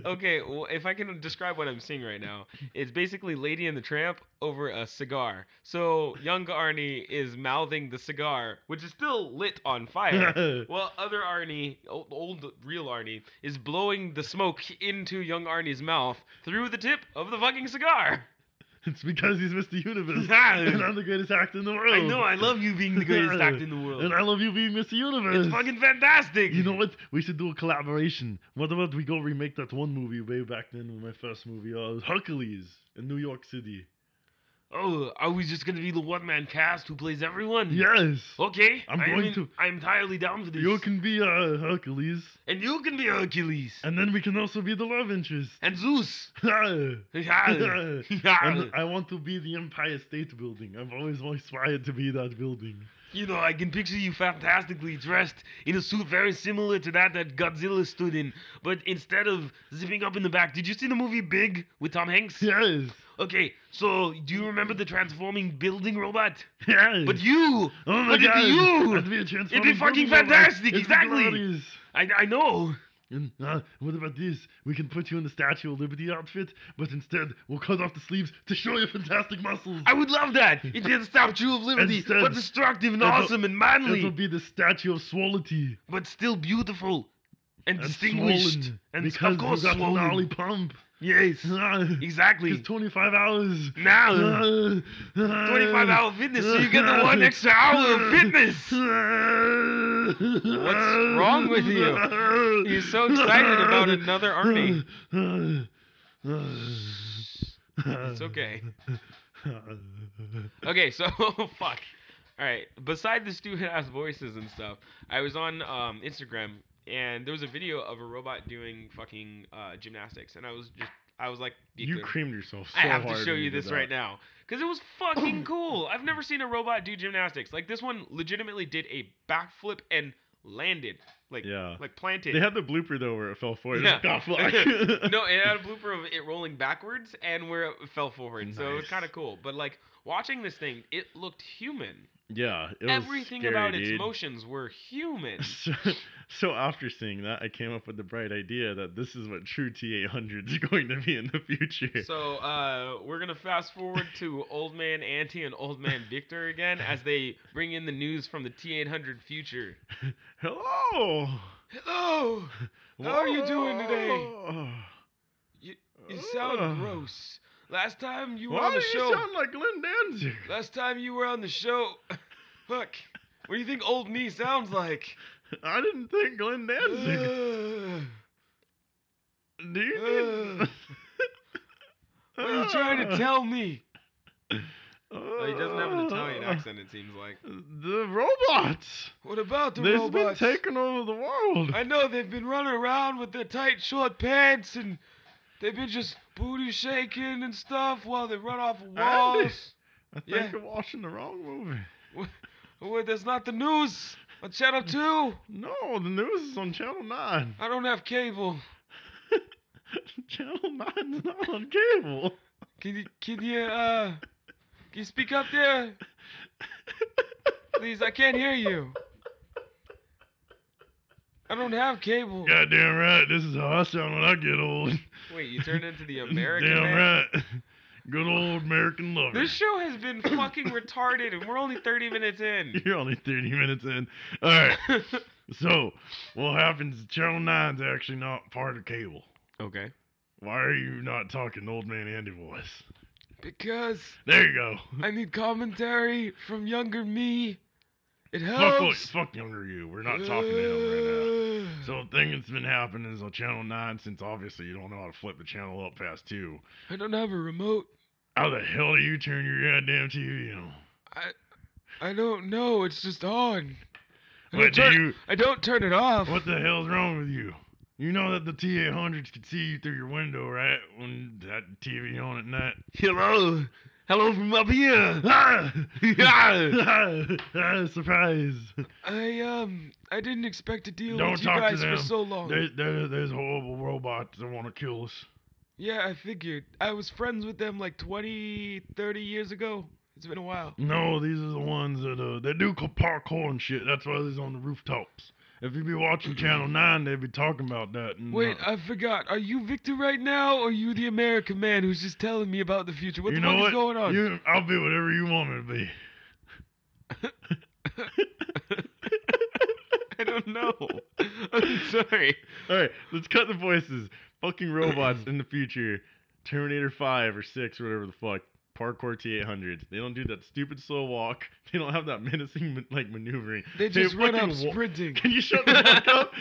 Speaker 4: Okay, well, if I can describe what I'm seeing right now, it's basically Lady and the Tramp over a cigar. So young Arnie is mouthing the cigar, which is still lit on fire. Well, other Arnie, old, old real Arnie, is blowing the smoke into young Arnie's mouth through the tip of the fucking cigar.
Speaker 3: it's because he's Mr. Universe. and
Speaker 4: I
Speaker 3: I'm the greatest actor in the world.
Speaker 4: know, Ah. I love you being the greatest actor in the world.
Speaker 3: And I love you being Mr. Universe.
Speaker 4: It's fucking fantastic.
Speaker 3: You know what? We should do a collaboration. What about we go remake that one movie way back then when my first movie uh, Hercules in New York City.
Speaker 4: Oh, are we just gonna be the one man cast who plays everyone?
Speaker 3: Yes.
Speaker 4: Okay.
Speaker 3: I'm
Speaker 4: I am
Speaker 3: going
Speaker 4: in-
Speaker 3: to-
Speaker 4: I'm entirely down for Oh, this.
Speaker 3: You can be uh, Hercules,
Speaker 4: and you can be Hercules.
Speaker 3: and then we can also be the love interest.
Speaker 4: And Zeus.
Speaker 3: and
Speaker 4: Yeah. Yeah.
Speaker 3: I want to be the Empire State Building. I've always aspired to be that building.
Speaker 4: you know, I can picture you fantastically dressed in a suit very similar to that that Godzilla stood in. But instead of zipping up in the back, did you see the movie Big with Tom Hanks?
Speaker 3: Yes.
Speaker 4: Okay, so do you remember the transforming building robot?
Speaker 3: Yes.
Speaker 4: But you!
Speaker 3: Oh my
Speaker 4: but
Speaker 3: god.
Speaker 4: It's you!
Speaker 3: I'd be a
Speaker 4: It'd
Speaker 3: transforming
Speaker 4: be fucking
Speaker 3: building robot.
Speaker 4: fantastic,
Speaker 3: It'd be
Speaker 4: exactly.
Speaker 3: glorious.
Speaker 4: I, I know.
Speaker 3: And uh, what about this? We can put you in the Statue of Liberty outfit, but instead we'll cut off the sleeves to show your fantastic muscles.
Speaker 4: I would love that. It'd be the statue of liberty,
Speaker 3: Instead-
Speaker 4: but destructive and
Speaker 3: it'll-
Speaker 4: awesome and
Speaker 3: It'll
Speaker 4: manly,
Speaker 3: be the Statue of Swolity.
Speaker 4: but still beautiful and,
Speaker 3: And
Speaker 4: distinguished
Speaker 3: swollen,
Speaker 4: and s-
Speaker 3: because
Speaker 4: of course
Speaker 3: you got
Speaker 4: swollen.
Speaker 3: an ollie pump.
Speaker 4: Yes,
Speaker 3: It's
Speaker 4: exactly.
Speaker 3: 25 hours.
Speaker 4: Now,
Speaker 3: Uh, uh,
Speaker 4: 25 hour fitness, so you get the one extra hour of fitness.
Speaker 3: What's
Speaker 4: wrong with you? He's so excited about another Arnie.
Speaker 3: It's
Speaker 4: okay. Okay, so fuck.
Speaker 7: All right. Beside the stupid ass voices and stuff, I was on um, Instagram and there was a video of a robot doing fucking uh, gymnastics, and I was just, I was like,
Speaker 3: You
Speaker 7: "Dico,
Speaker 3: creamed yourself so
Speaker 7: I have to
Speaker 3: hard
Speaker 7: show
Speaker 3: when
Speaker 7: you
Speaker 3: did
Speaker 7: this right
Speaker 3: that.
Speaker 7: now because it was fucking cool. I've never seen a robot do gymnastics like this one. Legitimately did a backflip and landed, like,
Speaker 3: Yeah.
Speaker 7: like planted.
Speaker 3: They had the blooper though where it fell forward.
Speaker 7: Yeah.
Speaker 3: Yeah. fuck.
Speaker 7: no, it had a blooper of it rolling backwards and where it fell forward. So it was
Speaker 3: Nice.
Speaker 7: kind of cool. But like watching this thing, it looked human.
Speaker 3: Yeah, it was
Speaker 7: Everything
Speaker 3: scary,
Speaker 7: about
Speaker 3: dude.
Speaker 7: its motions were human.
Speaker 3: So, so after seeing that, I came up with the bright idea that this is what true T800 is going to be in the future.
Speaker 7: so uh, we're gonna fast forward to Old Man Ante and Old Man Victor again as they bring in the news from the T800 future.
Speaker 3: Hello.
Speaker 7: Hello, How are you doing today?
Speaker 3: Whoa.
Speaker 7: you, you sound
Speaker 3: Ugh.
Speaker 7: gross. Last time you were
Speaker 3: Uh, Why
Speaker 7: on
Speaker 3: do
Speaker 7: the
Speaker 3: you
Speaker 7: show.
Speaker 3: sound like Glenn Danzig?
Speaker 7: Last time you were on the show. Look, what do you think old me sounds like?
Speaker 3: I didn't think Glenn
Speaker 7: Uh,
Speaker 3: Danzig.
Speaker 7: Ugh.
Speaker 3: Do you need...
Speaker 7: Ugh. uh. What are you trying
Speaker 3: Uh,
Speaker 7: to tell me?
Speaker 3: Oh,
Speaker 7: he doesn't have an Italian accent, it seems like.
Speaker 3: The robots.
Speaker 7: What about the
Speaker 3: They've
Speaker 7: robots?
Speaker 3: been taking over the world.
Speaker 7: I know they've been running around with their tight, short pants and they've been just booty shaking and stuff while they run off of walls.
Speaker 3: I think
Speaker 7: yeah.
Speaker 3: you're watching the wrong movie.
Speaker 7: Wait, that's not the news on Channel 2.
Speaker 3: No, the news is on Channel 9.
Speaker 7: I don't have cable.
Speaker 3: Channel 9's not on cable.
Speaker 7: Can you, can you, uh, can you speak up there? Please, I can't hear you. I don't have cable.
Speaker 3: Goddamn right, this is how I sound when I get old.
Speaker 7: Wait, you turned into the American
Speaker 3: Damn
Speaker 7: man?
Speaker 3: right. Good old American lover.
Speaker 7: This show has been fucking retarded, and we're only 30 minutes in.
Speaker 3: You're only 30 minutes in. All right. So, what happens? Channel 9's actually not part of cable.
Speaker 7: okay.
Speaker 3: Why are you not talking old man Andy voice?
Speaker 7: Because
Speaker 3: There you go.
Speaker 7: I need commentary from younger me. It
Speaker 3: Fuck, what,
Speaker 7: helps.
Speaker 3: fuck younger you. We're not talking to him right now.
Speaker 7: Uh,
Speaker 3: So, the thing that's been happening is on Channel 9, since obviously you don't know how to flip the channel up past 2,
Speaker 7: I don't have a remote.
Speaker 3: how the hell do you turn your goddamn TV on?
Speaker 7: I don't know. It's just on. I don't,
Speaker 3: What do
Speaker 7: turn,
Speaker 3: you?
Speaker 7: I don't turn it off.
Speaker 3: What the hell's wrong with you? You know that the T800s can see you through your window, right? When that TV on at night.
Speaker 7: Hello. Hello from up here.
Speaker 3: Ah! Ah, Surprise!
Speaker 7: I um I didn't expect to deal
Speaker 3: Don't
Speaker 7: with you
Speaker 3: talk to
Speaker 7: guys for
Speaker 3: them.
Speaker 7: so long.
Speaker 3: There, there, there's horrible robots that want to kill us.
Speaker 7: Yeah, I figured. I was friends with them like 20, 30 years ago. It's been a while.
Speaker 3: No, these are the ones that uh, they do co- parkour and shit. That's why they're on the rooftops. If you be watching Channel Nine, they'd be talking about that. And,
Speaker 7: Wait,
Speaker 3: uh,
Speaker 7: I forgot. Are you Victor right now, or are you the American man who's just telling me about the future? What
Speaker 3: you
Speaker 7: the
Speaker 3: know
Speaker 7: fuck is
Speaker 3: what?
Speaker 7: going on?
Speaker 3: You, I'll be whatever you want me to be.
Speaker 7: I don't know. I'm sorry.
Speaker 3: All right, let's cut the voices. Fucking robots in the future, Terminator 5 or 6 or whatever the fuck, parkour T800s. They don't do that stupid slow walk. They don't have that menacing ma- like maneuvering.
Speaker 7: They just run up
Speaker 3: fucking wa-
Speaker 7: sprinting.
Speaker 3: Can you shut the fuck up?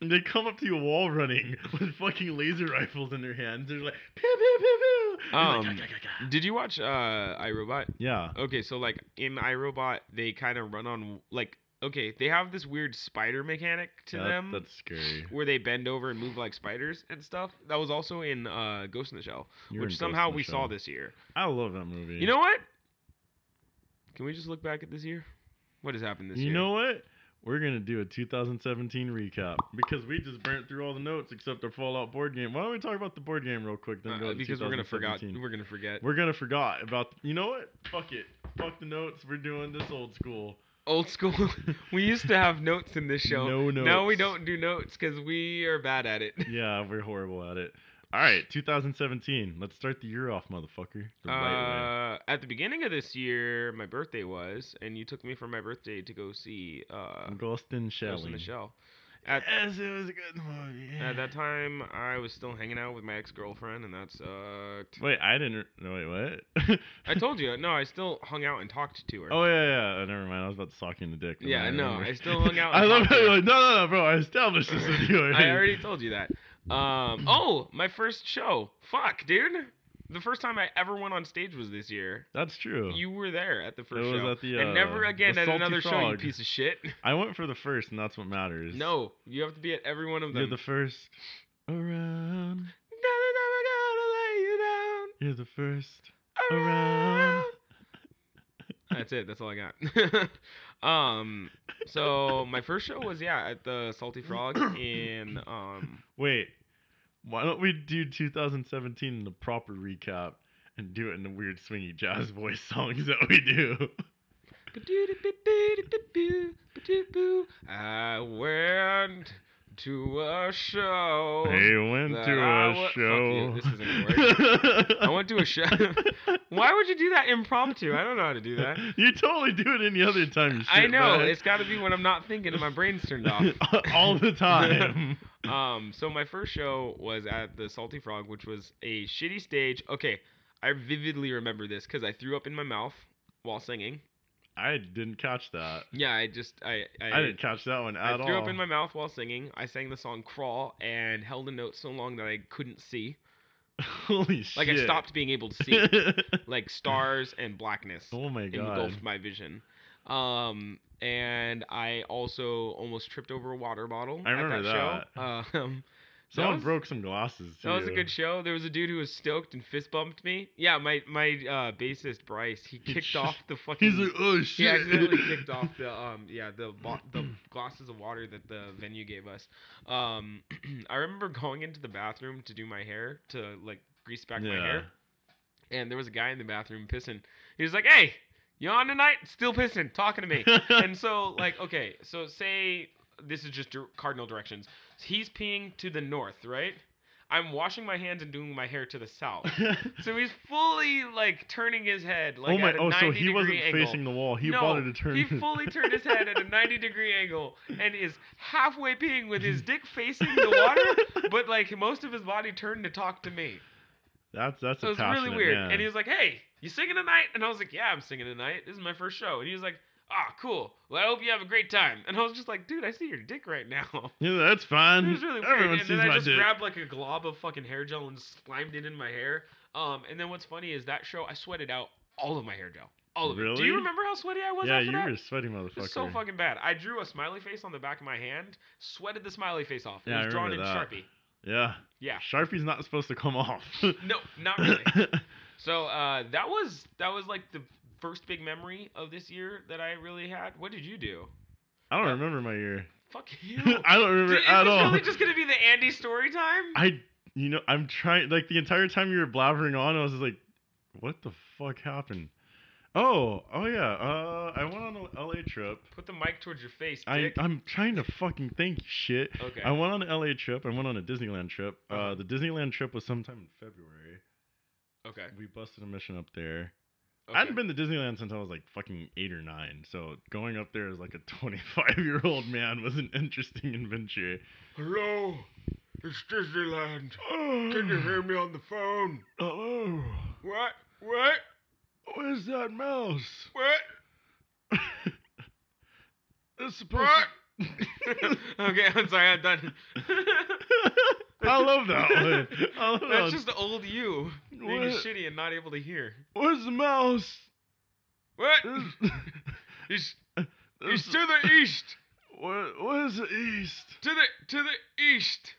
Speaker 3: And they come up to you wall running with fucking laser rifles in their hands. They're like, pew pew pew pew. You're like,
Speaker 7: Um,
Speaker 3: "Gah, gah, gah, gah."
Speaker 7: Did you watch uh iRobot?
Speaker 3: yeah.
Speaker 7: Okay, so like in iRobot, they kind of run on like okay, they have this weird spider mechanic to
Speaker 3: Yeah, that-
Speaker 7: them
Speaker 3: That's scary.
Speaker 7: where they bend over and move like spiders and stuff. That was also in uh, Ghost in the Shell,
Speaker 3: You're in
Speaker 7: which
Speaker 3: Ghost
Speaker 7: somehow
Speaker 3: in the
Speaker 7: we saw
Speaker 3: Shell.
Speaker 7: this year.
Speaker 3: I love that movie.
Speaker 7: You know what? Can we just look back at this year? What has happened this
Speaker 3: you
Speaker 7: year? Uh,
Speaker 3: know what? We're gonna do a 2017 recap because we just burnt through all the notes except our Fallout board game. Why don't we talk about the board game real quick? Then
Speaker 7: Uh,
Speaker 3: go to
Speaker 7: because we're gonna forgot.
Speaker 3: 2017?
Speaker 7: We're gonna forget.
Speaker 3: We're gonna forgot about. You know what? Fuck it. Fuck the notes. We're doing this old school.
Speaker 7: Old school. we used to have notes in this show.
Speaker 3: No
Speaker 7: Now we
Speaker 3: notes.
Speaker 7: don't do notes because we are bad at it.
Speaker 3: yeah, we're horrible at it. All right, 2017. Let's start the year off, motherfucker. The right way.
Speaker 7: Uh, at the beginning of this year, my birthday was, and you took me for my birthday to go see uh,
Speaker 3: Ghost in
Speaker 7: Ghost in
Speaker 3: Shelly.
Speaker 7: the Shell. At,
Speaker 3: Yes, it was a good movie.
Speaker 7: at that time, I was still hanging out with my ex girlfriend, and that sucked.
Speaker 3: Wait, I didn't. No, wait, what?
Speaker 7: I told you, no, I still hung out and talked to her.
Speaker 3: Oh yeah, yeah. yeah, Never mind. I was about to sock you in the dick. and
Speaker 7: Yeah,
Speaker 3: then
Speaker 7: I know,
Speaker 3: remembered.
Speaker 7: I still hung out
Speaker 3: I
Speaker 7: and
Speaker 3: love
Speaker 7: talked
Speaker 3: how
Speaker 7: to
Speaker 3: you're
Speaker 7: her.
Speaker 3: like, no, no, no, bro. I established this with you.
Speaker 7: I already told you that. Um, oh, my first show. Fuck, dude. The first time I ever went on stage was this year.
Speaker 3: That's true.
Speaker 7: You were there at the first
Speaker 3: Oh. was
Speaker 7: show.
Speaker 3: at the,
Speaker 7: and never
Speaker 3: uh,
Speaker 7: again
Speaker 3: the
Speaker 7: at
Speaker 3: Salty
Speaker 7: another show, you
Speaker 3: Frog.
Speaker 7: piece of shit.
Speaker 3: I went for the first, and that's what matters.
Speaker 7: No, you have to be at every one of
Speaker 3: you're
Speaker 7: them.
Speaker 3: the first around.
Speaker 7: Never,
Speaker 3: You're the first
Speaker 7: never gonna let you down.
Speaker 3: around.
Speaker 7: That's it. That's all I got. um, so my first show was yeah at the Salty Frog in um.
Speaker 3: Wait, why don't we do 2017 in the proper recap and do it in the weird swingy jazz voice songs that we do?
Speaker 7: I went to a show.
Speaker 3: They went
Speaker 7: Oh, that
Speaker 3: to
Speaker 7: I
Speaker 3: a
Speaker 7: wa- fuck you,
Speaker 3: show.
Speaker 7: this isn't I went to a show. Why would you do that impromptu? I don't know how to do that.
Speaker 3: You totally do it any other time. You
Speaker 7: I
Speaker 3: shit
Speaker 7: know.
Speaker 3: bag.
Speaker 7: It's got to be when I'm not thinking and my brain's turned off.
Speaker 3: all the time.
Speaker 7: Um, so my first show was at the Salty Frog, which was a shitty stage. Okay, I vividly remember this because I threw up in my mouth while singing.
Speaker 3: I didn't catch that.
Speaker 7: Yeah, I just I I,
Speaker 3: I didn't catch that one
Speaker 7: I
Speaker 3: at all.
Speaker 7: threw up in my mouth while singing. I sang the song "Crawl" and held a note so long that I couldn't see.
Speaker 3: Holy shit!
Speaker 7: Like I stopped being able to see, like stars and blackness
Speaker 3: oh my god!
Speaker 7: engulfed my vision. Um, and I also almost tripped over a water bottle.
Speaker 3: I remember
Speaker 7: at that. Show. Um,
Speaker 3: Someone
Speaker 7: was-
Speaker 3: broke some glasses too.
Speaker 7: That was a good show. There was a dude who was stoked and fist bumped me. Yeah, my my uh, bassist Bryce, he
Speaker 3: He
Speaker 7: kicked
Speaker 3: sh-
Speaker 7: off the fucking.
Speaker 3: He's like, oh shit!
Speaker 7: he accidentally kicked off the um yeah the bo- the glasses of water that the venue gave us. Um, I remember going into the bathroom to do my hair to like grease back my hair, and there was a guy in the bathroom pissing. He was like, "Hey, you on tonight? Still pissing? Talking to me?" and so like okay, so say this is just dir- cardinal directions. He's peeing to the north, right? I'm washing my hands and doing my hair to the south. So he's fully like turning his head like
Speaker 3: oh my!
Speaker 7: at a
Speaker 3: Oh,
Speaker 7: 90
Speaker 3: so he
Speaker 7: degree
Speaker 3: wasn't
Speaker 7: angle.
Speaker 3: facing the wall. He
Speaker 7: no,
Speaker 3: wanted to turn.
Speaker 7: He fully turned his head at a 90 degree angle and is halfway peeing with his dick facing the water, but like most of his body turned to talk to me.
Speaker 3: That's that's
Speaker 7: So
Speaker 3: a
Speaker 7: it's really
Speaker 3: passionate
Speaker 7: weird.
Speaker 3: Man.
Speaker 7: And he was like, "Hey, you singing tonight?" And I was like, "Yeah, I'm singing tonight. This is my first show." And he was like, "Ah, cool. Well, I hope you have a great time." And I was just like, "Dude, I see your dick right now."
Speaker 3: yeah, that's
Speaker 7: It
Speaker 3: fine.
Speaker 7: was really weird.
Speaker 3: Everyone
Speaker 7: and
Speaker 3: sees
Speaker 7: then I
Speaker 3: my
Speaker 7: just
Speaker 3: dick.
Speaker 7: grabbed like a glob of fucking hair gel and slimed it in my hair. Um, and then what's funny is that show I sweated out all of my hair gel, all of it. Do
Speaker 3: Really?
Speaker 7: you remember how sweaty I was?
Speaker 3: yeah,
Speaker 7: after
Speaker 3: you
Speaker 7: that?
Speaker 3: were a sweaty motherfucker.
Speaker 7: It was so fucking bad. I drew a smiley face on the back of my hand, sweated the smiley face off. It
Speaker 3: Yeah, I
Speaker 7: was drawn in
Speaker 3: remember that.
Speaker 7: Sharpie.
Speaker 3: yeah.
Speaker 7: Yeah.
Speaker 3: Sharpie's not supposed to come off.
Speaker 7: No, not really. so uh, that was that was like the first big memory of this year that I really had. What did you do?
Speaker 3: I don't remember my year.
Speaker 7: Fuck you.
Speaker 3: I don't remember
Speaker 7: Uh, Dude, is
Speaker 3: at
Speaker 7: this
Speaker 3: all.
Speaker 7: really just gonna be the Andy story time?
Speaker 3: I, you know, I'm trying. Like the entire time you were blabbering on, I was just like, "What the fuck happened?" Oh, oh yeah. Uh, I went on a LA trip.
Speaker 7: Put the mic towards your face,
Speaker 3: I,
Speaker 7: dick.
Speaker 3: I'm trying to fucking think, shit.
Speaker 7: okay.
Speaker 3: I went on an LA trip. I went on a Disneyland trip. Uh,
Speaker 7: Uh-huh.
Speaker 3: the Disneyland trip was sometime in February.
Speaker 7: okay.
Speaker 3: We busted a mission up there. I
Speaker 7: Okay.
Speaker 3: hadn't been to Disneyland since I was like fucking eight or nine. So going up there as like a 25 year old man was an interesting adventure.
Speaker 7: Hello, it's Disneyland. Can you hear me on the phone?
Speaker 3: Hello.
Speaker 7: What? What?
Speaker 3: Where's that mouse?
Speaker 7: What?
Speaker 3: It's supposed.
Speaker 7: What?
Speaker 3: to-
Speaker 7: okay, I'm sorry, I'm done.
Speaker 3: I love that one. I love that.
Speaker 7: That's just the old you being
Speaker 3: Where-
Speaker 7: shitty and not able to hear.
Speaker 3: Where's the mouse?
Speaker 7: What?
Speaker 3: It's-
Speaker 7: It's, it's
Speaker 3: it's-
Speaker 7: to the east.
Speaker 3: Where, where's the east?
Speaker 7: To the to the east.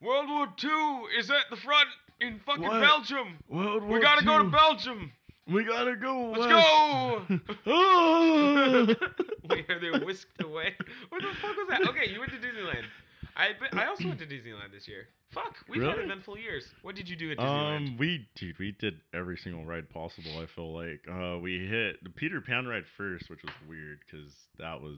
Speaker 7: World War II is at the front in fucking
Speaker 3: What?
Speaker 7: Belgium.
Speaker 3: World War
Speaker 7: We gotta go to
Speaker 3: II.
Speaker 7: Belgium.
Speaker 3: We gotta go.
Speaker 7: Let's
Speaker 3: west.
Speaker 7: go.
Speaker 3: oh!
Speaker 7: Where they whisked away. What the fuck was that? Okay, you went to Disneyland. I be- I also went to Disneyland this year. Fuck, we've had
Speaker 3: Really?
Speaker 7: eventful years. What did you do at Disneyland?
Speaker 3: Um, we dude, we did every single ride possible. I feel like uh, we hit the Peter Pan ride first, which was weird because that was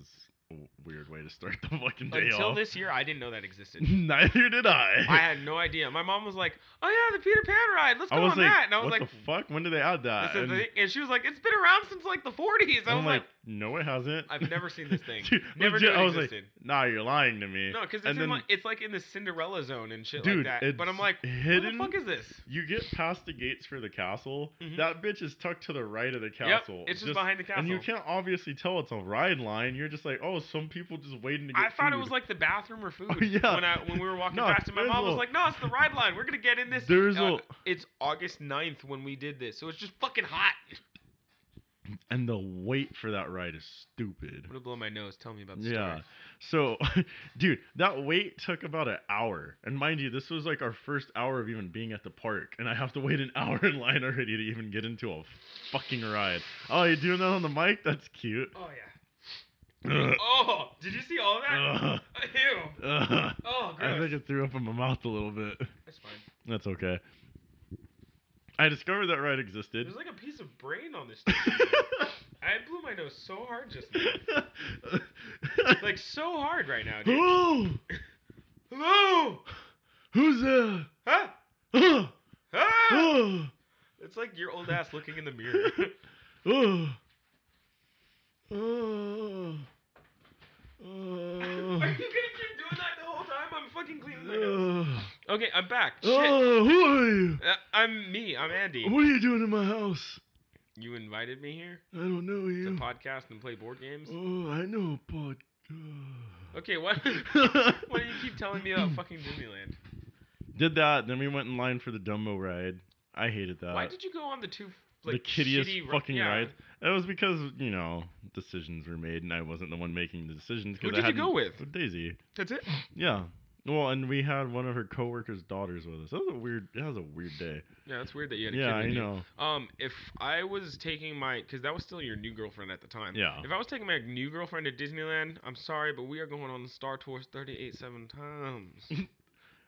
Speaker 3: a w- weird way to start the fucking day
Speaker 7: Until
Speaker 3: off.
Speaker 7: this year, I didn't know that existed.
Speaker 3: Neither did I.
Speaker 7: I had no idea. My mom was like, "Oh yeah, the Peter Pan ride. Let's go
Speaker 3: I was
Speaker 7: on
Speaker 3: like,
Speaker 7: that." And I was
Speaker 3: what
Speaker 7: like,
Speaker 3: the fuck? When did they add that?
Speaker 7: "This is the
Speaker 3: Uh, And
Speaker 7: thing." And she was like, "It's been around since like the 40s." I
Speaker 3: I'm like,
Speaker 7: was like,
Speaker 3: no, it hasn't.
Speaker 7: "I've never seen this thing.
Speaker 3: Dude,
Speaker 7: never
Speaker 3: legit,
Speaker 7: knew it
Speaker 3: I was like,
Speaker 7: existed."
Speaker 3: nah, you're lying to me.
Speaker 7: no, because it's
Speaker 3: and
Speaker 7: in
Speaker 3: then-
Speaker 7: like, it's like in the Cinderella zone and shit shit
Speaker 3: Dude,
Speaker 7: like that. But I'm
Speaker 3: it's
Speaker 7: like,
Speaker 3: hidden.
Speaker 7: what the fuck is this?
Speaker 3: you get past the gates for the castle.
Speaker 7: Mhm.
Speaker 3: That bitch is tucked to the right of the
Speaker 7: Yep,
Speaker 3: castle.
Speaker 7: it's just, behind the castle.
Speaker 3: And you can't obviously tell it's a ride line. You're just like, oh, some people just waiting to get.
Speaker 7: I thought it was
Speaker 3: food."
Speaker 7: like the bathroom or food.
Speaker 3: yeah.
Speaker 7: When I when we were walking
Speaker 3: No,
Speaker 7: past, and my
Speaker 3: there's
Speaker 7: mom
Speaker 3: a-
Speaker 7: was like, "No, it's the ride line. We're gonna get in this."
Speaker 3: There's a
Speaker 7: Uh, It's August 9th when we did this, so it's just fucking hot.
Speaker 3: and the wait for that ride is stupid.
Speaker 7: I'm gonna blow my nose. Tell me about the
Speaker 3: Yeah.
Speaker 7: story.
Speaker 3: So, dude, that wait took about an hour. And mind you, this was like our first hour of even being at the park. And I have to wait an hour in line already to even get into a fucking ride. Oh, you're doing that on the mic? That's cute.
Speaker 4: Oh yeah.
Speaker 3: Ugh,
Speaker 4: Oh, did you see all of that?
Speaker 3: ugh,
Speaker 4: Ew.
Speaker 3: ugh.
Speaker 4: Oh,
Speaker 3: I
Speaker 4: gross.
Speaker 3: think it threw up in my mouth a little bit.
Speaker 4: That's fine.
Speaker 3: That's okay. I discovered that ride existed.
Speaker 4: There's like a piece of brain on this. station. I blew my nose so hard just now. Like so hard right now, dude.
Speaker 3: Hello?
Speaker 4: Hello?
Speaker 3: Who's there?
Speaker 4: Huh?
Speaker 3: Ugh,
Speaker 4: Ah!
Speaker 3: ugh,
Speaker 4: It's like your old ass looking in the mirror.
Speaker 3: ugh, ugh, ugh,
Speaker 4: Are you gonna keep doing that the whole time? I'm fucking cleaning my nose.
Speaker 3: ugh.
Speaker 7: Okay, I'm back. Shit.
Speaker 3: Oh, who are you?
Speaker 7: Uh, I'm me. I'm Andy.
Speaker 3: What are you doing in my house?
Speaker 7: You invited me here
Speaker 3: I don't know
Speaker 7: to
Speaker 3: you.
Speaker 7: podcast and play board games.
Speaker 3: Oh, I know a pod.
Speaker 7: Okay, what? Why do you keep telling me about fucking Disneyland?
Speaker 3: Did that, then we went in line for the Dumbo ride. I hated that.
Speaker 7: Why did you go on the two like
Speaker 3: Uh, the kiddiest
Speaker 7: shitty ri-
Speaker 3: fucking
Speaker 7: yeah.
Speaker 3: rides. It was because you know decisions were made, and I wasn't the one making the decisions. 'cause
Speaker 7: Who
Speaker 3: I
Speaker 7: did you go
Speaker 3: hadn't-
Speaker 7: with?
Speaker 3: With Daisy.
Speaker 7: That's it.
Speaker 3: Yeah. Well, and we had one of her coworkers' daughters with us. That was a weird. That was a weird day.
Speaker 7: Yeah, it's weird that you had a
Speaker 3: Yeah,
Speaker 7: kid.
Speaker 3: I
Speaker 7: with you.
Speaker 3: know.
Speaker 7: Um, if I was taking my, because that was still your new girlfriend at the time.
Speaker 3: Yeah.
Speaker 7: If I was taking my new girlfriend to Disneyland, I'm sorry, but we are going on the Star Tours 38 seven times.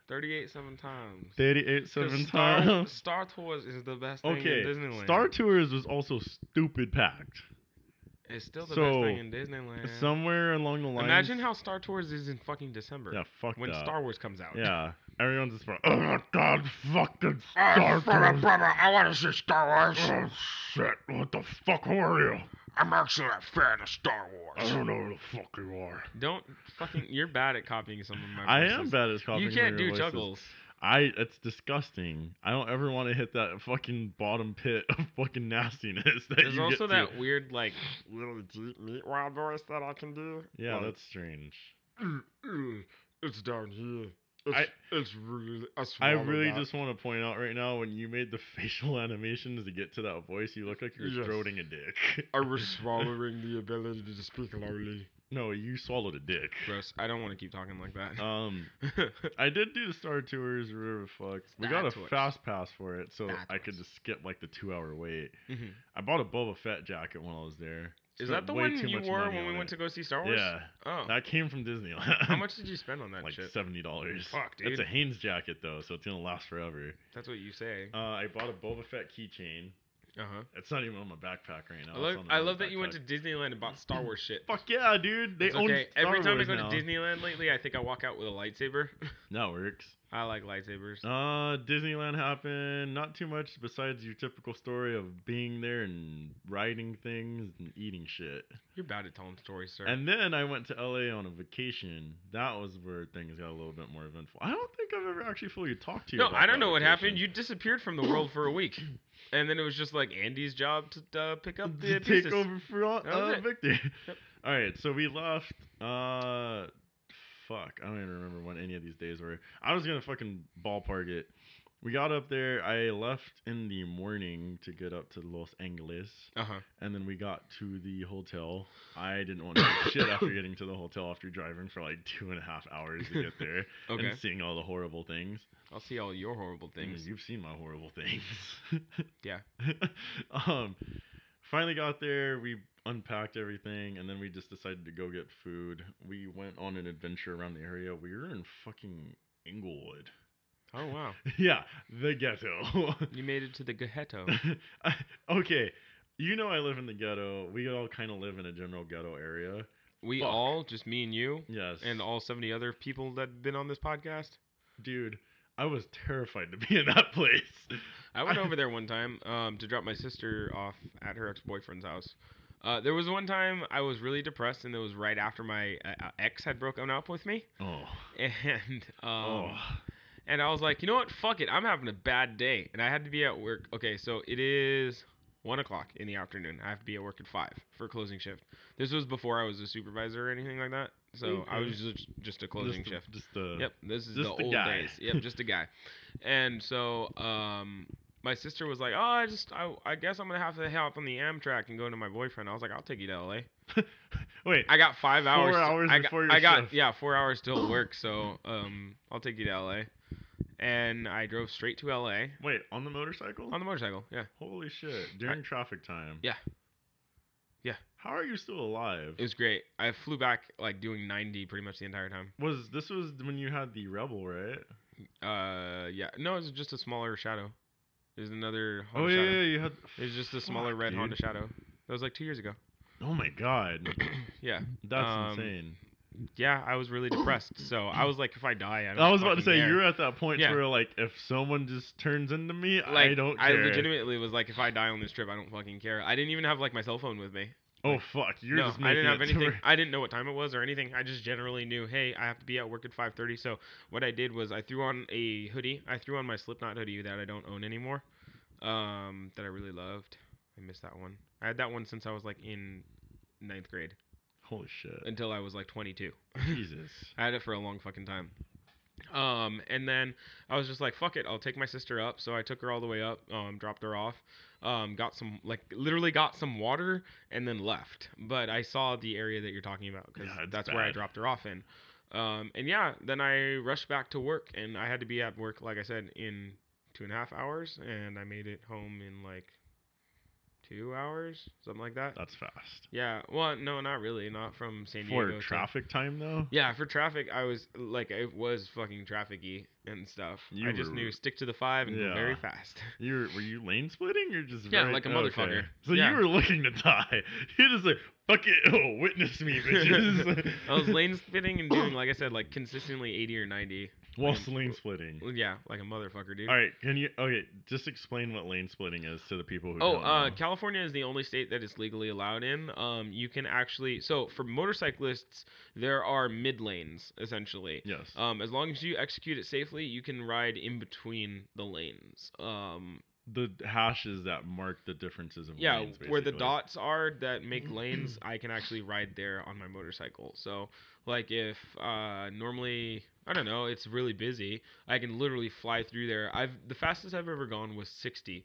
Speaker 7: 38 seven times.
Speaker 3: 38
Speaker 7: 'Cause
Speaker 3: seven
Speaker 7: Star,
Speaker 3: times.
Speaker 7: Star Tours is the best thing in
Speaker 3: Okay.
Speaker 7: Disneyland.
Speaker 3: Star Tours was also stupid packed.
Speaker 7: It's still the best
Speaker 3: so,
Speaker 7: thing in Disneyland.
Speaker 3: Somewhere along the line.
Speaker 7: Imagine how Star Tours is in fucking December
Speaker 3: Yeah. Fuck
Speaker 7: when
Speaker 3: that.
Speaker 7: Star Wars comes out.
Speaker 3: Yeah. Everyone's just like, oh my god, fucking
Speaker 1: Ah,
Speaker 3: Star Tours.
Speaker 1: I want to see Star Wars.
Speaker 3: Oh shit! What the fuck? Who are you?
Speaker 1: I'm actually a fan of Star
Speaker 3: I
Speaker 1: Wars.
Speaker 3: don't know who the fuck you are.
Speaker 7: Don't fucking. You're bad at copying some of my.
Speaker 3: I am
Speaker 7: voices.
Speaker 3: bad at copying.
Speaker 7: You can't
Speaker 3: your
Speaker 7: do
Speaker 3: voices.
Speaker 7: juggles.
Speaker 3: I. It's disgusting. I don't ever want to hit that fucking bottom pit of fucking nastiness that
Speaker 7: There's
Speaker 3: you
Speaker 7: also
Speaker 3: get to.
Speaker 7: that weird like little deep meat wild voice that I can do.
Speaker 3: Yeah,
Speaker 7: Like,
Speaker 3: that's strange.
Speaker 7: it's down here.
Speaker 3: It's-
Speaker 7: it's really.
Speaker 3: I really just want to point out right now when you made the facial animations to get to that voice, you look like you were
Speaker 7: Yes.
Speaker 3: throating a dick.
Speaker 7: I was swallowing the ability to speak loudly.
Speaker 3: no, you swallowed a dick.
Speaker 7: Gross. I don't want to keep talking like that.
Speaker 3: Um, I did do the Star Tours, whatever the fuck. We
Speaker 7: Star
Speaker 3: got a
Speaker 7: Tours.
Speaker 3: fast pass for it, so
Speaker 7: Star
Speaker 3: I could
Speaker 7: Tours.
Speaker 3: just skip like the two hour wait.
Speaker 7: Mhm.
Speaker 3: I bought a Boba Fett jacket when I was there.
Speaker 7: Is
Speaker 3: Mm-hmm. Spent
Speaker 7: that the
Speaker 3: way
Speaker 7: one
Speaker 3: too
Speaker 7: you
Speaker 3: much
Speaker 7: wore
Speaker 3: money
Speaker 7: when we
Speaker 3: on
Speaker 7: went to
Speaker 3: it.
Speaker 7: go see Star Wars?
Speaker 3: Yeah,
Speaker 7: Oh.
Speaker 3: that came from Disneyland.
Speaker 7: How much did you spend on that
Speaker 3: like
Speaker 7: shit?
Speaker 3: seventy dollars.
Speaker 7: Fuck,
Speaker 3: It's
Speaker 7: dude.
Speaker 3: a Hanes jacket though, so it's gonna last forever.
Speaker 7: That's what you say.
Speaker 3: Uh, I bought a Boba Fett keychain.
Speaker 7: Uh huh.
Speaker 3: It's not even on my backpack right now.
Speaker 7: I love, I love that you went to Disneyland and bought Star Wars shit.
Speaker 3: Fuck yeah, dude! They
Speaker 7: It's
Speaker 3: own
Speaker 7: okay.
Speaker 3: Star
Speaker 7: Every time
Speaker 3: Wars
Speaker 7: I go
Speaker 3: now.
Speaker 7: to Disneyland lately, I think I walk out with a lightsaber.
Speaker 3: That works.
Speaker 7: I like lightsabers.
Speaker 3: Uh, Disneyland happened. Not too much besides your typical story of being there and riding things and eating shit.
Speaker 7: You're bad at telling stories, sir.
Speaker 3: And then I went to LA on a vacation. That was where things got a little bit more eventful. I don't think I've ever actually fully talked to you.
Speaker 7: no,
Speaker 3: about
Speaker 7: I don't
Speaker 3: that
Speaker 7: know what happened. You
Speaker 3: vacation.
Speaker 7: disappeared from the world for a week, and then it was just like Andy's job to uh, pick up the
Speaker 3: To
Speaker 7: pieces.
Speaker 3: take over for all,
Speaker 7: That was
Speaker 3: uh,
Speaker 7: it.
Speaker 3: Victor.
Speaker 7: Yep.
Speaker 3: All right, so we left. Uh, fuck, I don't even remember when any of these days were. I was gonna fucking ballpark it. We got up there. I left in the morning to get up to Los Angeles.
Speaker 7: Uh huh.
Speaker 3: And then we got to the hotel. I didn't want to do shit after getting to the hotel after driving for like two and a half hours to get there
Speaker 7: Okay.
Speaker 3: and seeing all the horrible things.
Speaker 7: I'll see all your horrible
Speaker 3: I mean,
Speaker 7: things.
Speaker 3: You've seen my horrible things.
Speaker 7: Mm-hmm. Yeah.
Speaker 3: um, finally got there. We unpacked everything, and then we just decided to go get food. We went on an adventure around the area. We were in fucking Inglewood.
Speaker 7: Oh wow.
Speaker 3: yeah, the ghetto.
Speaker 7: You made it to the ghetto.
Speaker 3: I- okay, you know I live in the ghetto. We all kind of live in a general ghetto area.
Speaker 7: We
Speaker 3: Fuck.
Speaker 7: all, just me and you,
Speaker 3: Yes.
Speaker 7: and all 70 other people that've been on this podcast.
Speaker 3: dude, I was terrified to be in that place.
Speaker 7: I went
Speaker 3: I-
Speaker 7: over there one time um, to drop my sister off at her ex boyfriend's house. Uh, there was one time I was really depressed, and it was right after my uh, uh, ex had broken up with me,
Speaker 3: Oh.
Speaker 7: and um,
Speaker 3: oh.
Speaker 7: And I was like, you know what? Fuck it. I'm having a bad day. And I had to be at work. Okay, so it is one o'clock in the afternoon. I have to be at work at five for closing shift. This was before I was a supervisor or anything like that. So I was just just a closing
Speaker 3: just,
Speaker 7: shift.
Speaker 3: Just uh,
Speaker 7: Yep, this is
Speaker 3: Just
Speaker 7: the
Speaker 3: the
Speaker 7: old
Speaker 3: guy.
Speaker 7: days. Yep, just a guy. And so, um, my sister was like, "Oh, I just, I, I guess I'm gonna have to hop on the Amtrak and go to my boyfriend." I was like, "I'll take you to LA."
Speaker 3: Wait,
Speaker 7: I got five
Speaker 3: Four
Speaker 7: hours.
Speaker 3: hours
Speaker 7: I got,
Speaker 3: before your
Speaker 7: I got
Speaker 3: shift.
Speaker 7: yeah, four hours till work. So, um, I'll take you to LA. And I drove straight to LA
Speaker 3: wait, on the motorcycle?
Speaker 7: on the motorcycle. Yeah,
Speaker 3: Holy shit! During traffic time.
Speaker 7: Yeah. Yeah.
Speaker 3: How are you still alive?
Speaker 7: it was great. I flew back like doing 90 pretty much the entire time.
Speaker 3: was this was when you had the rebel, right?
Speaker 7: Uh, yeah, no, it was just a smaller Shadow. There's another
Speaker 3: Oh
Speaker 7: Honda
Speaker 3: yeah,
Speaker 7: Shadow.
Speaker 3: yeah, you had.
Speaker 7: It was just a smaller
Speaker 3: Fuck,
Speaker 7: red
Speaker 3: dude.
Speaker 7: Honda Shadow. That was like two years ago.
Speaker 3: Oh my god,
Speaker 7: yeah.
Speaker 3: that's
Speaker 7: Um,
Speaker 3: insane.
Speaker 7: Yeah, I was really depressed. So I was like, if I die, I don't
Speaker 3: I was about to
Speaker 7: fucking
Speaker 3: say
Speaker 7: care.
Speaker 3: you were at that point
Speaker 7: Yeah.
Speaker 3: where like if someone just turns into me,
Speaker 7: like,
Speaker 3: I don't
Speaker 7: I
Speaker 3: care.
Speaker 7: legitimately was like, if I die on this trip, I don't fucking care. I didn't even have like my cell phone with me.
Speaker 3: oh fuck, you're
Speaker 7: no,
Speaker 3: just
Speaker 7: I
Speaker 3: making
Speaker 7: didn't have
Speaker 3: it to
Speaker 7: anything.
Speaker 3: where-
Speaker 7: I didn't know what time it was or anything. I just generally knew, hey, I have to be at work at 5:30. So what I did was I threw on a hoodie. I threw on my Slipknot hoodie that I don't own anymore, um, that I really loved. I missed that one. I had that one since I was like in ninth grade
Speaker 3: Holy shit,
Speaker 7: until I was like 22.
Speaker 3: Jesus.
Speaker 7: I had it for a long fucking time. Um, and then I was just like, fuck it, I'll take my sister up. So I took her all the way up, um, dropped her off, um, got some, like, literally got some water and then left. But I saw the area that you're talking about because
Speaker 3: Yeah, it's
Speaker 7: that's where I
Speaker 3: bad.
Speaker 7: dropped her off in. Um, and yeah, then I rushed back to work and I had to be at work, like I said, in two and a half hours. And I made it home in like two hours, something like that.
Speaker 3: That's fast.
Speaker 7: Yeah. Well, no, not really. Not from San Diego.
Speaker 3: For
Speaker 7: to-
Speaker 3: traffic time though.
Speaker 7: yeah, for traffic, I was like, it was fucking trafficky and stuff.
Speaker 3: You
Speaker 7: I just
Speaker 3: were-
Speaker 7: knew stick to the five and go very
Speaker 3: Yeah.
Speaker 7: fast.
Speaker 3: You were, were you lane splitting or just
Speaker 7: Yeah,
Speaker 3: very- oh,
Speaker 7: like a
Speaker 3: okay.
Speaker 7: motherfucker.
Speaker 3: So
Speaker 7: Yeah.
Speaker 3: you were looking to die. You just like fuck it. Oh, witness me, bitches.
Speaker 7: I was lane splitting and doing, like I said, like consistently 80 or 90.
Speaker 3: whilst lane splitting.
Speaker 7: Well, Yeah, like a motherfucker, dude.
Speaker 3: All right, can you okay? Just explain what lane splitting is to the people who.
Speaker 7: Oh,
Speaker 3: don't
Speaker 7: uh,
Speaker 3: know.
Speaker 7: California is the only state that it's legally allowed in. Um, you can actually, so for motorcyclists, there are mid lanes essentially.
Speaker 3: yes.
Speaker 7: Um, as long as you execute it safely, you can ride in between the lanes. Um,
Speaker 3: the hashes that mark the differences of
Speaker 7: yeah
Speaker 3: lanes,
Speaker 7: where the
Speaker 3: basically.
Speaker 7: dots are that make lanes i can actually ride there on my motorcycle so like if uh normally i don't know it's really busy i can literally fly through there i've the fastest i've ever gone was 60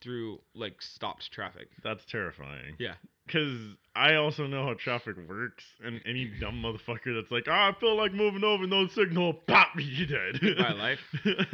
Speaker 7: through like stopped traffic
Speaker 3: That's terrifying.
Speaker 7: Yeah.
Speaker 3: Cause I also know how traffic works, and any dumb motherfucker that's like, "Ah, I feel like moving over, no signal, pop me, you dead.
Speaker 7: My life.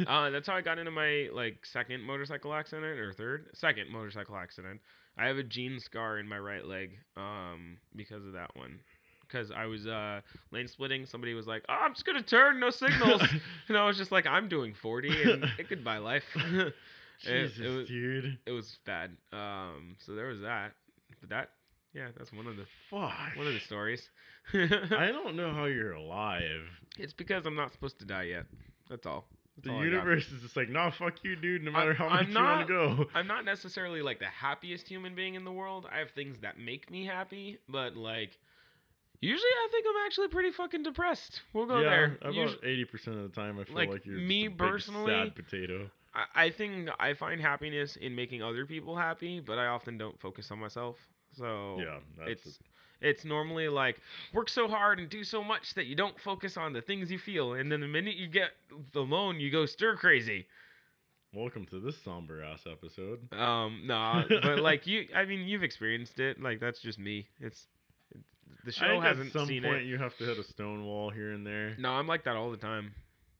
Speaker 7: uh, that's how I got into my like second motorcycle accident or third second motorcycle accident. I have a gene scar in my right leg um, because of that one. Because I was uh, lane splitting, somebody was like, "Oh, I'm just gonna turn, no signals," and I was just like, "I'm doing 40, and it could buy life."
Speaker 3: Jesus,
Speaker 7: it was-
Speaker 3: dude.
Speaker 7: it was bad. Um, so there was that. But that, yeah, that's one of the
Speaker 3: Fuck.
Speaker 7: one of the stories.
Speaker 3: I don't know how you're alive.
Speaker 7: it's because I'm not supposed to die yet. That's all. That's
Speaker 3: The
Speaker 7: all I got.
Speaker 3: universe is just like, nah, fuck you, dude. No
Speaker 7: I-
Speaker 3: matter how
Speaker 7: I'm
Speaker 3: much you want to go.
Speaker 7: I'm not necessarily like the happiest human being in the world. I have things that make me happy, but like usually I think I'm actually pretty fucking depressed. We'll go
Speaker 3: yeah,
Speaker 7: there. Usu-
Speaker 3: about eighty percent of the time, I feel like,
Speaker 7: like,
Speaker 3: you're
Speaker 7: me
Speaker 3: just a big
Speaker 7: personally,
Speaker 3: sad potato.
Speaker 7: I, I think I find happiness in making other people happy, but I often don't focus on myself. So
Speaker 3: yeah, that's
Speaker 7: Oh, it's it's normally like work so hard and do so much that you don't focus on the things you feel, and then the minute you get alone, you go stir crazy.
Speaker 3: welcome to this somber ass episode.
Speaker 7: Um, no, but like you, I mean, you've experienced it. Like that's just me. It's
Speaker 3: I
Speaker 7: the show
Speaker 3: think
Speaker 7: hasn't
Speaker 3: at some
Speaker 7: seen
Speaker 3: point
Speaker 7: it.
Speaker 3: you have to hit a stone wall here and there.
Speaker 7: No, I'm like that all the time.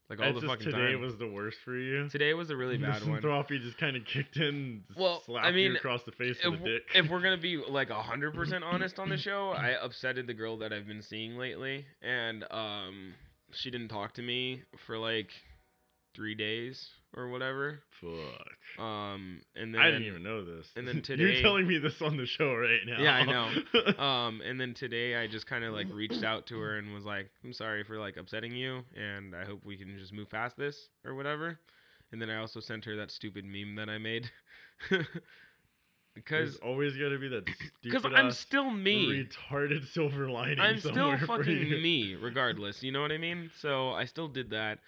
Speaker 7: Like all
Speaker 3: It's
Speaker 7: the
Speaker 3: just
Speaker 7: fucking
Speaker 3: today
Speaker 7: time.
Speaker 3: was the worst for you.
Speaker 7: today was a really bad one.
Speaker 3: Misanthropy just kind of kicked in, and s-
Speaker 7: Well, I
Speaker 3: slapped
Speaker 7: mean,
Speaker 3: you across the face
Speaker 7: if,
Speaker 3: with a dick.
Speaker 7: if we're gonna be like hundred percent honest on the show, I upsetted the girl that I've been seeing lately, and um, she didn't talk to me for like three days or whatever.
Speaker 3: Fuck.
Speaker 7: Um, and then
Speaker 3: I didn't even know this.
Speaker 7: and then
Speaker 3: you're
Speaker 7: today-
Speaker 3: telling me this on the show right now.
Speaker 7: Yeah, I know. um and then today i just kind of like reached out to her and was like i'm sorry for like upsetting you and i hope we can just move past this or whatever and then i also sent her that stupid meme that i made
Speaker 3: There's
Speaker 7: because
Speaker 3: always got to be that
Speaker 7: because
Speaker 3: stupid
Speaker 7: i'm
Speaker 3: ass
Speaker 7: still me
Speaker 3: retarded silver lining.
Speaker 7: i'm still
Speaker 3: somewhere for
Speaker 7: fucking
Speaker 3: you.
Speaker 7: me regardless you know what i mean so i still did that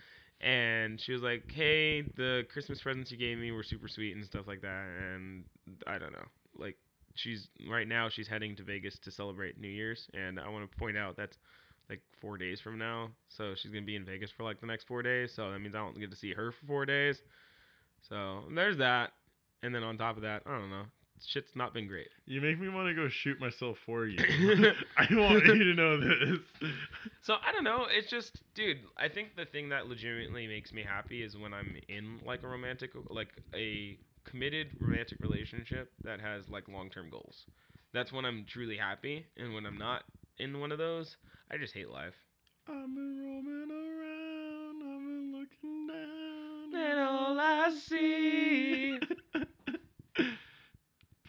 Speaker 7: and she was like, "Hey, the Christmas presents you gave me were super sweet and stuff like that." And I don't know, like she's right now she's heading to Vegas to celebrate New Year's, and I want to point out that's like four days from now, so she's gonna be in Vegas for like the next four days. So that means I don't get to see her for four days. So there's that, and then on top of that, I don't know, shit's not been great.
Speaker 3: You make me want to go shoot myself for you. I want you to know this.
Speaker 7: So I don't know. It's just, dude. I think the thing that legitimately makes me happy is when I'm in like a romantic, like a committed romantic relationship that has like long-term goals. That's when I'm truly happy, and when I'm not in one of those, I just hate life.
Speaker 3: I've been roaming around, I've been looking down.
Speaker 7: And all I see.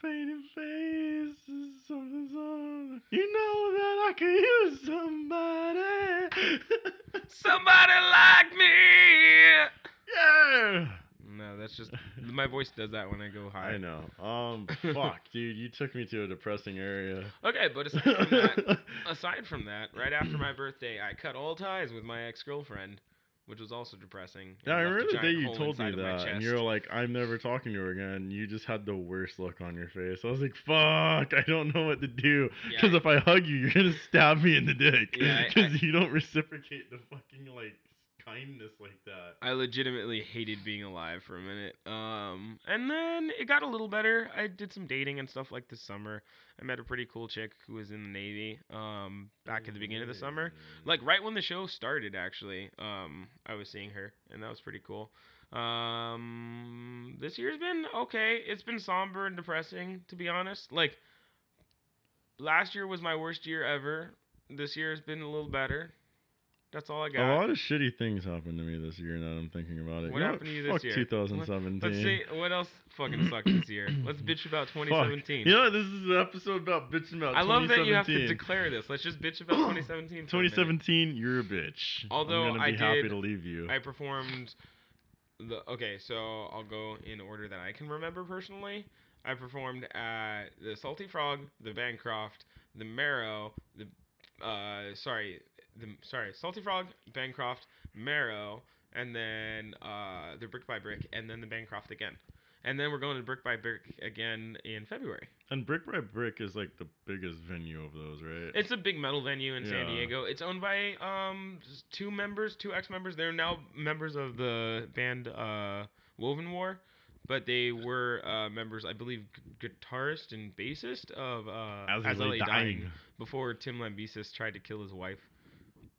Speaker 3: Painted faces, something's on. You know that I could use somebody.
Speaker 7: Somebody like me.
Speaker 3: yeah.
Speaker 7: No, that's just my voice does that when I go high.
Speaker 3: I know. Um, fuck, dude, you took me to a depressing area.
Speaker 7: Okay, but aside from that, aside from that, right after my birthday, I cut all ties with my ex girlfriend, which was also depressing. and
Speaker 3: Now I
Speaker 7: left a
Speaker 3: remember the
Speaker 7: giant
Speaker 3: day you
Speaker 7: hole
Speaker 3: told me
Speaker 7: inside of my
Speaker 3: that, and
Speaker 7: chest.
Speaker 3: you were like, "I'm never talking to her again." You just had the worst look on your face. I was like, "Fuck, I don't know what to do."
Speaker 7: Yeah,
Speaker 3: Because if I hug you, you're gonna stab me in the dick.
Speaker 7: Yeah, I- I-
Speaker 3: Because you don't reciprocate the fucking like kindness like that.
Speaker 7: I legitimately hated being alive for a minute. Um, and then it got a little better. I did some dating and stuff like this summer. I met a pretty cool chick who was in the Navy. Um, back at the beginning of the summer. like right when the show started actually um i was seeing her and that was pretty cool um this year's been okay it's been somber and depressing to be honest like last year was my worst year ever this year has been a little better that's all i
Speaker 3: a
Speaker 7: got
Speaker 3: lot of shitty things happened to me this year. Now that I'm thinking about it.
Speaker 7: What
Speaker 3: You know
Speaker 7: happened to you this
Speaker 3: fuck
Speaker 7: year?
Speaker 3: 2017.
Speaker 7: let's see what else fucking sucked this year let's bitch about
Speaker 3: Fuck.
Speaker 7: 2017
Speaker 3: You know, this is an episode about bitching about.
Speaker 7: i love that you have to
Speaker 3: 2017.
Speaker 7: declare this let's just bitch about 2017 for a minute.
Speaker 3: 2017, you're a bitch.
Speaker 7: Although
Speaker 3: I'm gonna
Speaker 7: I
Speaker 3: be happy
Speaker 7: did-
Speaker 3: to leave you.
Speaker 7: I performed the okay, so I'll go in order that I can remember personally. I performed at the Salty Frog, the Bancroft, the Marrow, the uh sorry, the sorry, Salty Frog, Bancroft, Marrow, and then uh the Brick by Brick and then the Bancroft again. And then we're going to Brick by Brick again in February.
Speaker 3: And Brick by Brick is like the biggest venue of those, right?
Speaker 7: It's a big metal venue in San
Speaker 3: Yeah.
Speaker 7: Diego. It's owned by um s- two members, two ex-members. They're now members of the band uh, Woven War, but they were uh, members, I believe, gu- guitarist and bassist of uh,
Speaker 3: as, as
Speaker 7: Azalea
Speaker 3: dying.
Speaker 7: Dying before Tim Lambesis tried to kill his wife.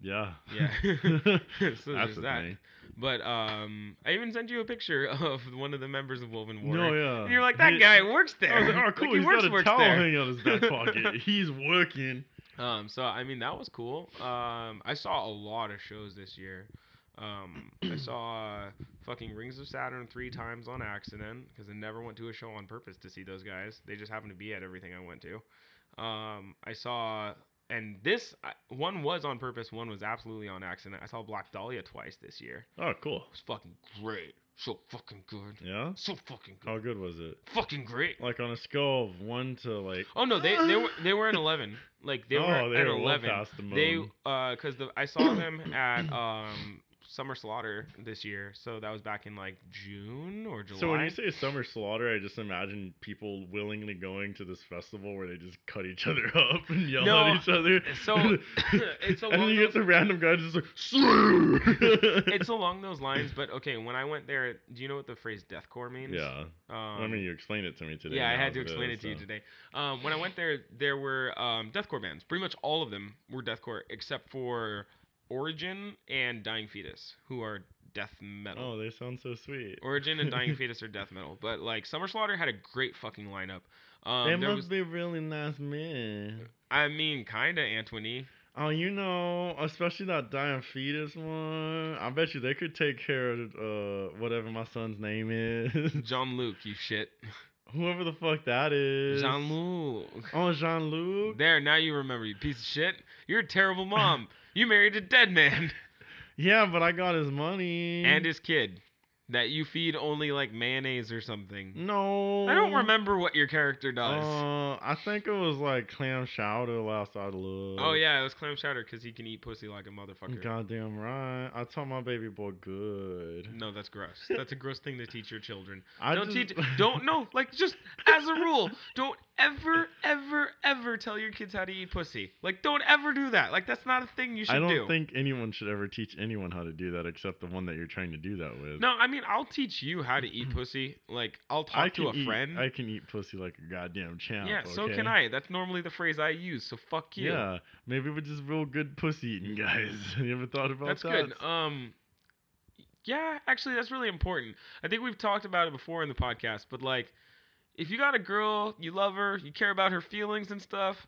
Speaker 3: Yeah.
Speaker 7: Yeah.
Speaker 3: That's
Speaker 7: So there's
Speaker 3: a
Speaker 7: that.
Speaker 3: thing.
Speaker 7: But um, I even sent you a picture of one of the members of Woven War.
Speaker 3: No, yeah.
Speaker 7: And you're like, that
Speaker 3: He-
Speaker 7: guy works there.
Speaker 3: I was like, oh,
Speaker 7: Like,
Speaker 3: cool.
Speaker 7: he
Speaker 3: he's
Speaker 7: works,
Speaker 3: got a
Speaker 7: works
Speaker 3: towel
Speaker 7: there."
Speaker 3: hanging out his back pocket. he's working.
Speaker 7: Um, so I mean that was cool. Um, I saw a lot of shows this year. Um, I saw fucking Rings of Saturn three times on accident because I never went to a show on purpose to see those guys. They just happened to be at everything I went to. Um, I saw, and this I- one was on purpose. One was absolutely on accident. I saw Black Dahlia twice this year.
Speaker 3: Oh, cool.
Speaker 7: It was fucking great. So fucking good.
Speaker 3: Yeah.
Speaker 7: So fucking good.
Speaker 3: How good was it?
Speaker 7: Fucking great.
Speaker 3: Like on a scale of one to like.
Speaker 7: Oh no, they they were they were an eleven. Like they
Speaker 3: oh,
Speaker 7: were
Speaker 3: they
Speaker 7: an
Speaker 3: were well
Speaker 7: eleven.
Speaker 3: past the moon.
Speaker 7: They uh, cause the I saw them at um Summer Slaughter this year, so that was back in like June or July.
Speaker 3: so when you say summer slaughter, I just imagine people willingly going to this festival where they just cut each other up and yell
Speaker 7: No,
Speaker 3: at each other.
Speaker 7: so it's
Speaker 3: and then
Speaker 7: along
Speaker 3: you
Speaker 7: those-
Speaker 3: get the random guy just like slew.
Speaker 7: it's along those lines, but okay. When I went there, do you know what the phrase deathcore means?
Speaker 3: yeah.
Speaker 7: Um,
Speaker 3: I mean, you explained it to me today.
Speaker 7: Yeah, I
Speaker 3: and that uh,
Speaker 7: had to
Speaker 3: was
Speaker 7: explain it to you
Speaker 3: so.
Speaker 7: today. Um, when I went there, there were um, deathcore bands. Pretty much all of them were deathcore, except for Origin and Dying Fetus, who are death metal.
Speaker 3: Oh, they sound so sweet.
Speaker 7: Origin and Dying Fetus are death metal, but like Summer Slaughter had a great fucking lineup.
Speaker 3: they
Speaker 7: Um, there
Speaker 3: must
Speaker 7: was,
Speaker 3: be really nice men.
Speaker 7: I mean, kinda Antoine.
Speaker 3: Oh, you know, especially that dying fetus one. I bet you they could take care of uh whatever my son's name is.
Speaker 7: John Luke, you shit.
Speaker 3: Whoever the fuck that is.
Speaker 7: Jean Luc.
Speaker 3: Oh, Jean Luc.
Speaker 7: There, now you remember, you piece of shit. You're a terrible mom. You married a dead man
Speaker 3: Yeah, but I got his money.
Speaker 7: and his kid. that you feed only like mayonnaise or something.
Speaker 3: No.
Speaker 7: I don't remember what your character does.
Speaker 3: Uh, I think it was like clam chowder last I looked.
Speaker 7: oh yeah, it was clam chowder because he can eat pussy like a motherfucker.
Speaker 3: Goddamn right. I taught my baby boy good.
Speaker 7: No, that's gross. That's a gross thing to teach your children.
Speaker 3: I
Speaker 7: don't
Speaker 3: just-
Speaker 7: teach. Don't no. Like just as a rule, don't ever, ever, ever tell your kids how to eat pussy. Like don't ever do that. Like that's not a thing you should
Speaker 3: I don't
Speaker 7: do.
Speaker 3: think anyone should ever teach anyone how to do that except the one that you're trying to do that with.
Speaker 7: no, I mean I'll teach you how to eat pussy. Like I'll
Speaker 3: I
Speaker 7: talk
Speaker 3: can
Speaker 7: to a
Speaker 3: eat,
Speaker 7: friend.
Speaker 3: I can eat pussy like a goddamn champ.
Speaker 7: yeah, so can
Speaker 3: okay?
Speaker 7: I. That's normally the phrase I use. So fuck you.
Speaker 3: Yeah, maybe we're just real good pussy eating guys. you ever thought about
Speaker 7: That's
Speaker 3: that?
Speaker 7: good. Um, yeah, actually, that's really important. I think we've talked about it before in the podcast, but like, if you got a girl, you love her, you care about her feelings and stuff,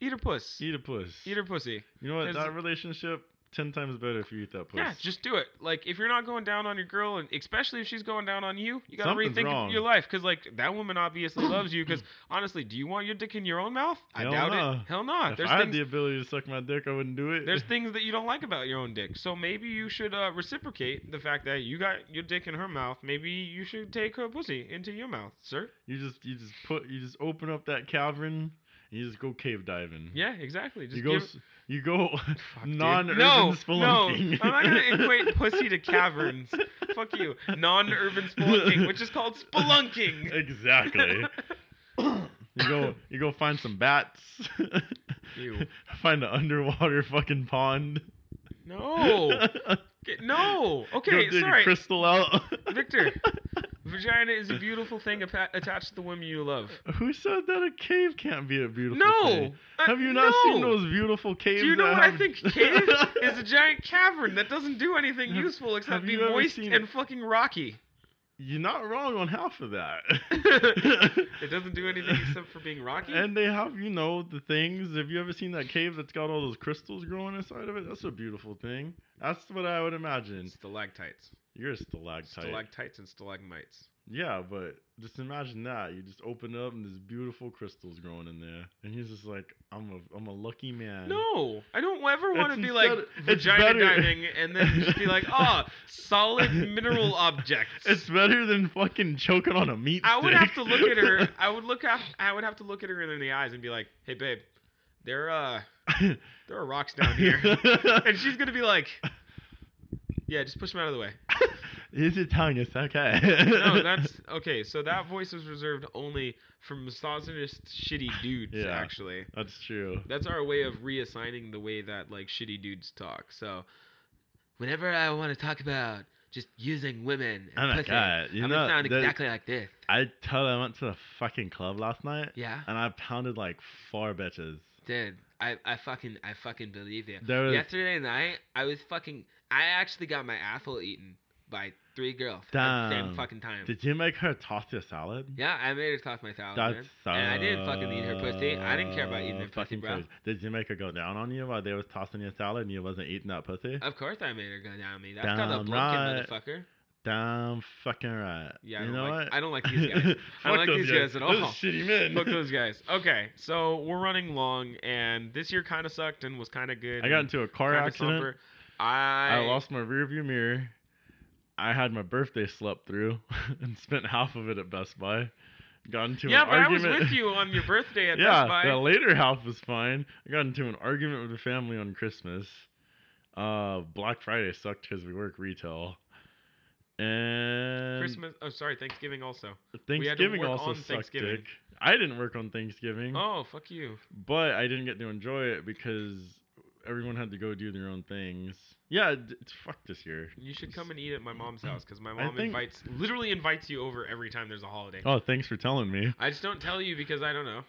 Speaker 7: eat her puss. Eat,
Speaker 3: Eat a puss.
Speaker 7: her pussy.
Speaker 3: You know what?
Speaker 7: There's-
Speaker 3: That relationship ten times better if you eat that puss.
Speaker 7: Yeah, just do it. Like, if you're not going down on your girl, and especially if she's going down on you, you gotta
Speaker 3: Something's
Speaker 7: rethink
Speaker 3: wrong.
Speaker 7: your life. Cause like that woman obviously loves you. Cause honestly, do you want your dick in your own mouth? I
Speaker 3: Hell
Speaker 7: doubt
Speaker 3: nah.
Speaker 7: it. Hell no.
Speaker 3: if
Speaker 7: There's
Speaker 3: I had
Speaker 7: things
Speaker 3: the ability to suck my dick, I wouldn't do it.
Speaker 7: there's things that you don't like about your own dick. So maybe you should uh, reciprocate the fact that you got your dick in her mouth. Maybe you should take her pussy into your mouth, sir.
Speaker 3: you just you just put you just open up that cavern and you just go cave diving.
Speaker 7: Yeah, exactly. Just
Speaker 3: you go
Speaker 7: give.
Speaker 3: s you go
Speaker 7: Fuck, dude.
Speaker 3: non-urban
Speaker 7: no,
Speaker 3: spelunking.
Speaker 7: No, I'm not gonna equate pussy to caverns. Fuck you. Non-urban spelunking, which is called spelunking.
Speaker 3: exactly. you go you go find some bats.
Speaker 7: Ew.
Speaker 3: find an underwater fucking pond.
Speaker 7: no. Get- No.
Speaker 3: go
Speaker 7: Okay.
Speaker 3: dig a
Speaker 7: Oh, Sorry.
Speaker 3: crystal out.
Speaker 7: Victor. Vagina is a beautiful thing appa- attached to the women you love.
Speaker 3: Who said that a cave can't be a beautiful
Speaker 7: No.
Speaker 3: thing?
Speaker 7: Uh,
Speaker 3: Have you not seen
Speaker 7: no.
Speaker 3: those beautiful caves?
Speaker 7: Do you know
Speaker 3: that
Speaker 7: what I
Speaker 3: have-
Speaker 7: think cave is? A giant cavern that doesn't do anything
Speaker 3: Have-
Speaker 7: useful except
Speaker 3: have
Speaker 7: be
Speaker 3: you ever
Speaker 7: moist
Speaker 3: seen-
Speaker 7: and fucking rocky.
Speaker 3: You're not wrong on half of that.
Speaker 7: it doesn't do anything except for being rocky.
Speaker 3: And they have, you know, the things. Have you ever seen that cave that's got all those crystals growing inside of it? That's a beautiful thing. That's what I would imagine.
Speaker 7: stalactites,
Speaker 3: You're a stalactite.
Speaker 7: stalactites, and stalagmites.
Speaker 3: yeah, but just imagine that. You just open up and there's beautiful crystals growing in there. And he's just like, I'm a, I'm a lucky man.
Speaker 7: No, I don't ever
Speaker 3: It's
Speaker 7: want to be like
Speaker 3: instead- it's
Speaker 7: vagina
Speaker 3: better-
Speaker 7: diving and then just be like, ah, solid mineral objects.
Speaker 3: It's better than fucking choking on a meat
Speaker 7: I would
Speaker 3: stick.
Speaker 7: have to look at her. I would look af I would have to look at her in the eyes and be like, hey babe, there uh there are rocks down here. and she's gonna be like, "Yeah, just push him out of the way."
Speaker 3: Is it tongue? It's okay.
Speaker 7: No, that's okay. So that voice is reserved only for misogynist, shitty dudes.
Speaker 3: Yeah.
Speaker 7: Actually,
Speaker 3: That's true.
Speaker 7: that's our way of reassigning the way that like shitty dudes talk. So, whenever I want to talk about just using women and
Speaker 3: Oh my
Speaker 7: pussy,
Speaker 3: god. You
Speaker 7: I'm
Speaker 3: know,
Speaker 7: gonna sound
Speaker 3: that-
Speaker 7: exactly like this.
Speaker 3: I tell I went to the fucking club last night
Speaker 7: Yeah,
Speaker 3: and I pounded like four bitches.
Speaker 7: dude. I, I fucking I fucking believe you.
Speaker 3: There was
Speaker 7: Yesterday night, I was fucking. I actually got my asshole eaten by three girls at the
Speaker 3: Damn.
Speaker 7: same fucking time.
Speaker 3: Did you make her toss your salad?
Speaker 7: Yeah, I made her toss my salad.
Speaker 3: That
Speaker 7: man. And I didn't fucking eat her pussy. I didn't care about eating her
Speaker 3: sucks.
Speaker 7: pussy,
Speaker 3: Fucking
Speaker 7: bro.
Speaker 3: pussy. Did you make her go down on you while they was tossing your salad and you wasn't eating that pussy?
Speaker 7: Of course I made her go down on me. That's called a
Speaker 3: Damn
Speaker 7: blumpkin,
Speaker 3: right.
Speaker 7: motherfucker.
Speaker 3: Damn fucking right.
Speaker 7: Yeah, I
Speaker 3: you
Speaker 7: don't
Speaker 3: know
Speaker 7: like
Speaker 3: what?
Speaker 7: I don't like these guys. I don't
Speaker 3: Fuck
Speaker 7: like
Speaker 3: those
Speaker 7: these guys, at all.
Speaker 3: Those shitty men.
Speaker 7: Fuck those guys. Okay, so we're running long, and this year kind of sucked and was kind of good.
Speaker 3: I got
Speaker 7: and
Speaker 3: into a car
Speaker 7: kinda
Speaker 3: accident.
Speaker 7: slumber. I,
Speaker 3: I lost my rearview mirror. I had my birthday slept through and spent half of it at Best Buy. Got into
Speaker 7: Yeah,
Speaker 3: an
Speaker 7: but
Speaker 3: argument.
Speaker 7: I was with you on your birthday at
Speaker 3: yeah,
Speaker 7: Best Buy.
Speaker 3: the later half was fine. I got into an argument with the family on Christmas. Uh, Black Friday sucked because we work retail. And
Speaker 7: Christmas. Oh, sorry, Thanksgiving also. had to
Speaker 3: Thanksgiving
Speaker 7: work
Speaker 3: also
Speaker 7: on
Speaker 3: sucked.
Speaker 7: Thanksgiving.
Speaker 3: dick. I didn't work on Thanksgiving,
Speaker 7: Oh, fuck you.
Speaker 3: but I didn't get to enjoy it because everyone had to go do their own things. Yeah, it- it's fucked this year.
Speaker 7: You should come and eat at my mom's house because my
Speaker 3: Hmm. I
Speaker 7: mom
Speaker 3: think-
Speaker 7: invites, literally invites you over every time there's a holiday.
Speaker 3: Oh, thanks for telling me.
Speaker 7: I just don't tell you because I don't know.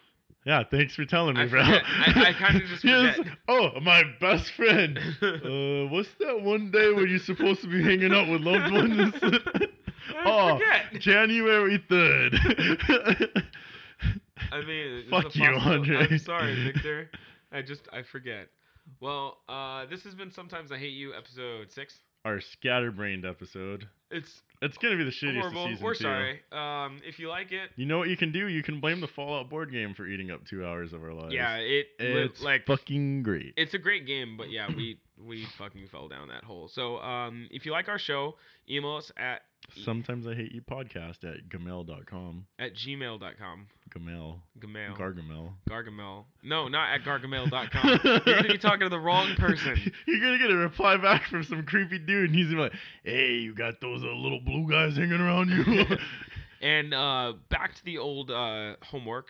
Speaker 3: Yeah, thanks for telling me,
Speaker 7: I
Speaker 3: bro.
Speaker 7: forget. I- I kinda just
Speaker 3: Yes.
Speaker 7: forget.
Speaker 3: Oh, my best friend. Uh, what's that one day when you're supposed to be hanging out with loved ones?
Speaker 7: I
Speaker 3: oh,
Speaker 7: forget.
Speaker 3: January third.
Speaker 7: I mean, it's
Speaker 3: Fuck
Speaker 7: a
Speaker 3: you,
Speaker 7: possible-
Speaker 3: Andre.
Speaker 7: I'm sorry, Victor. I just I forget. Well, uh, this has been sometimes I hate you episode six.
Speaker 3: Our scatterbrained episode.
Speaker 7: It's
Speaker 3: It's gonna be the shittiest of
Speaker 7: horrible.
Speaker 3: season
Speaker 7: We're
Speaker 3: two.
Speaker 7: sorry. Um, if you like it,
Speaker 3: You know what you can do? You can blame the Fallout board game for eating up two hours of our lives.
Speaker 7: yeah, it li-
Speaker 3: it's
Speaker 7: like
Speaker 3: fucking great.
Speaker 7: it's a great game, but yeah, we we fucking fell down that hole. So um, if you like our show, email us at
Speaker 3: Sometimes I Hate You podcast at gamel.com.
Speaker 7: at gmail.com.
Speaker 3: Gamel.
Speaker 7: Gamel.
Speaker 3: Gargamel.
Speaker 7: Gargamel. No, not at gargamel.com. You're going to be talking to the wrong person.
Speaker 3: You're gonna get a reply back from some creepy dude, and he's gonna be like, "Hey, you got those uh, little blue guys hanging around you."
Speaker 7: And uh, back to the old uh, homework.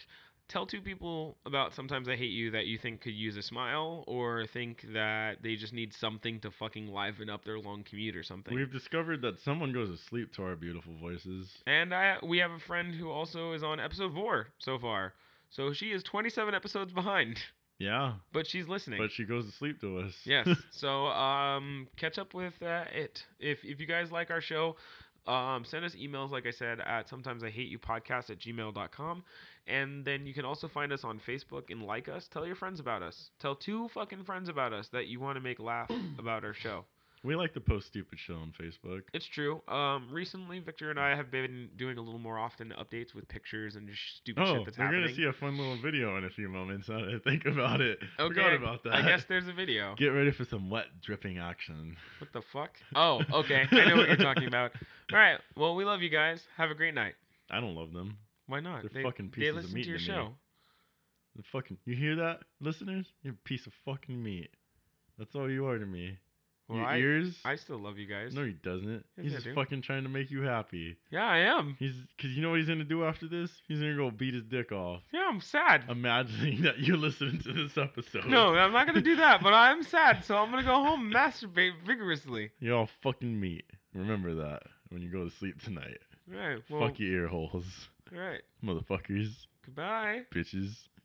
Speaker 7: Tell two people about sometimes I hate you that you think could use a smile or think that they just need something to fucking liven up their long commute or something.
Speaker 3: We've discovered that someone goes to sleep to our beautiful voices.
Speaker 7: and I we have a friend who also is on episode 4 so far. So she is 27 episodes behind,
Speaker 3: Yeah,
Speaker 7: but she's listening.
Speaker 3: but she goes to sleep to us.
Speaker 7: yes. So um, catch up with uh, it. If if you guys like our show, um, send us emails. Like I said, at sometimes I hate you podcast at gmail.com. and then you can also find us on Facebook and like us. Tell your friends about us. Tell two fucking friends about us that you want to make laugh about our show.
Speaker 3: we like to post stupid shit on Facebook.
Speaker 7: It's true. Um, recently Victor and I have been doing a little more often updates with pictures and just stupid
Speaker 3: Oh,
Speaker 7: shit that's
Speaker 3: we're
Speaker 7: happening.
Speaker 3: gonna see a fun little video in a few moments. Now that I think about it,
Speaker 7: Okay,
Speaker 3: forgot about that.
Speaker 7: I guess there's a video.
Speaker 3: Get ready for some wet dripping action.
Speaker 7: What the fuck? Oh, okay. I know what you're talking about. All right. Well, we love you guys. Have a great night.
Speaker 3: I don't love them.
Speaker 7: Why not?
Speaker 3: They're fucking pieces
Speaker 7: they
Speaker 3: of
Speaker 7: listen
Speaker 3: meat
Speaker 7: to your
Speaker 3: to me.
Speaker 7: show.
Speaker 3: The fucking, you hear that, listeners? You're a piece of fucking meat. That's all you are to me.
Speaker 7: Well,
Speaker 3: Your
Speaker 7: I,
Speaker 3: ears?
Speaker 7: I still love you guys.
Speaker 3: No, he doesn't.
Speaker 7: Yes,
Speaker 3: he's
Speaker 7: I
Speaker 3: just
Speaker 7: do.
Speaker 3: fucking trying to make you happy.
Speaker 7: Yeah, I am.
Speaker 3: He's because you know what he's gonna do after this? He's gonna go beat his dick off,
Speaker 7: Yeah, I'm sad.
Speaker 3: imagining that you're listening to this episode.
Speaker 7: no, I'm not gonna do that. But I'm sad, so I'm gonna go home and masturbate vigorously.
Speaker 3: you're all fucking meat. Remember that when you go to sleep tonight.
Speaker 7: All right. Well,
Speaker 3: Fuck your ear holes,
Speaker 7: All right.
Speaker 3: motherfuckers,
Speaker 7: Goodbye.
Speaker 3: bitches.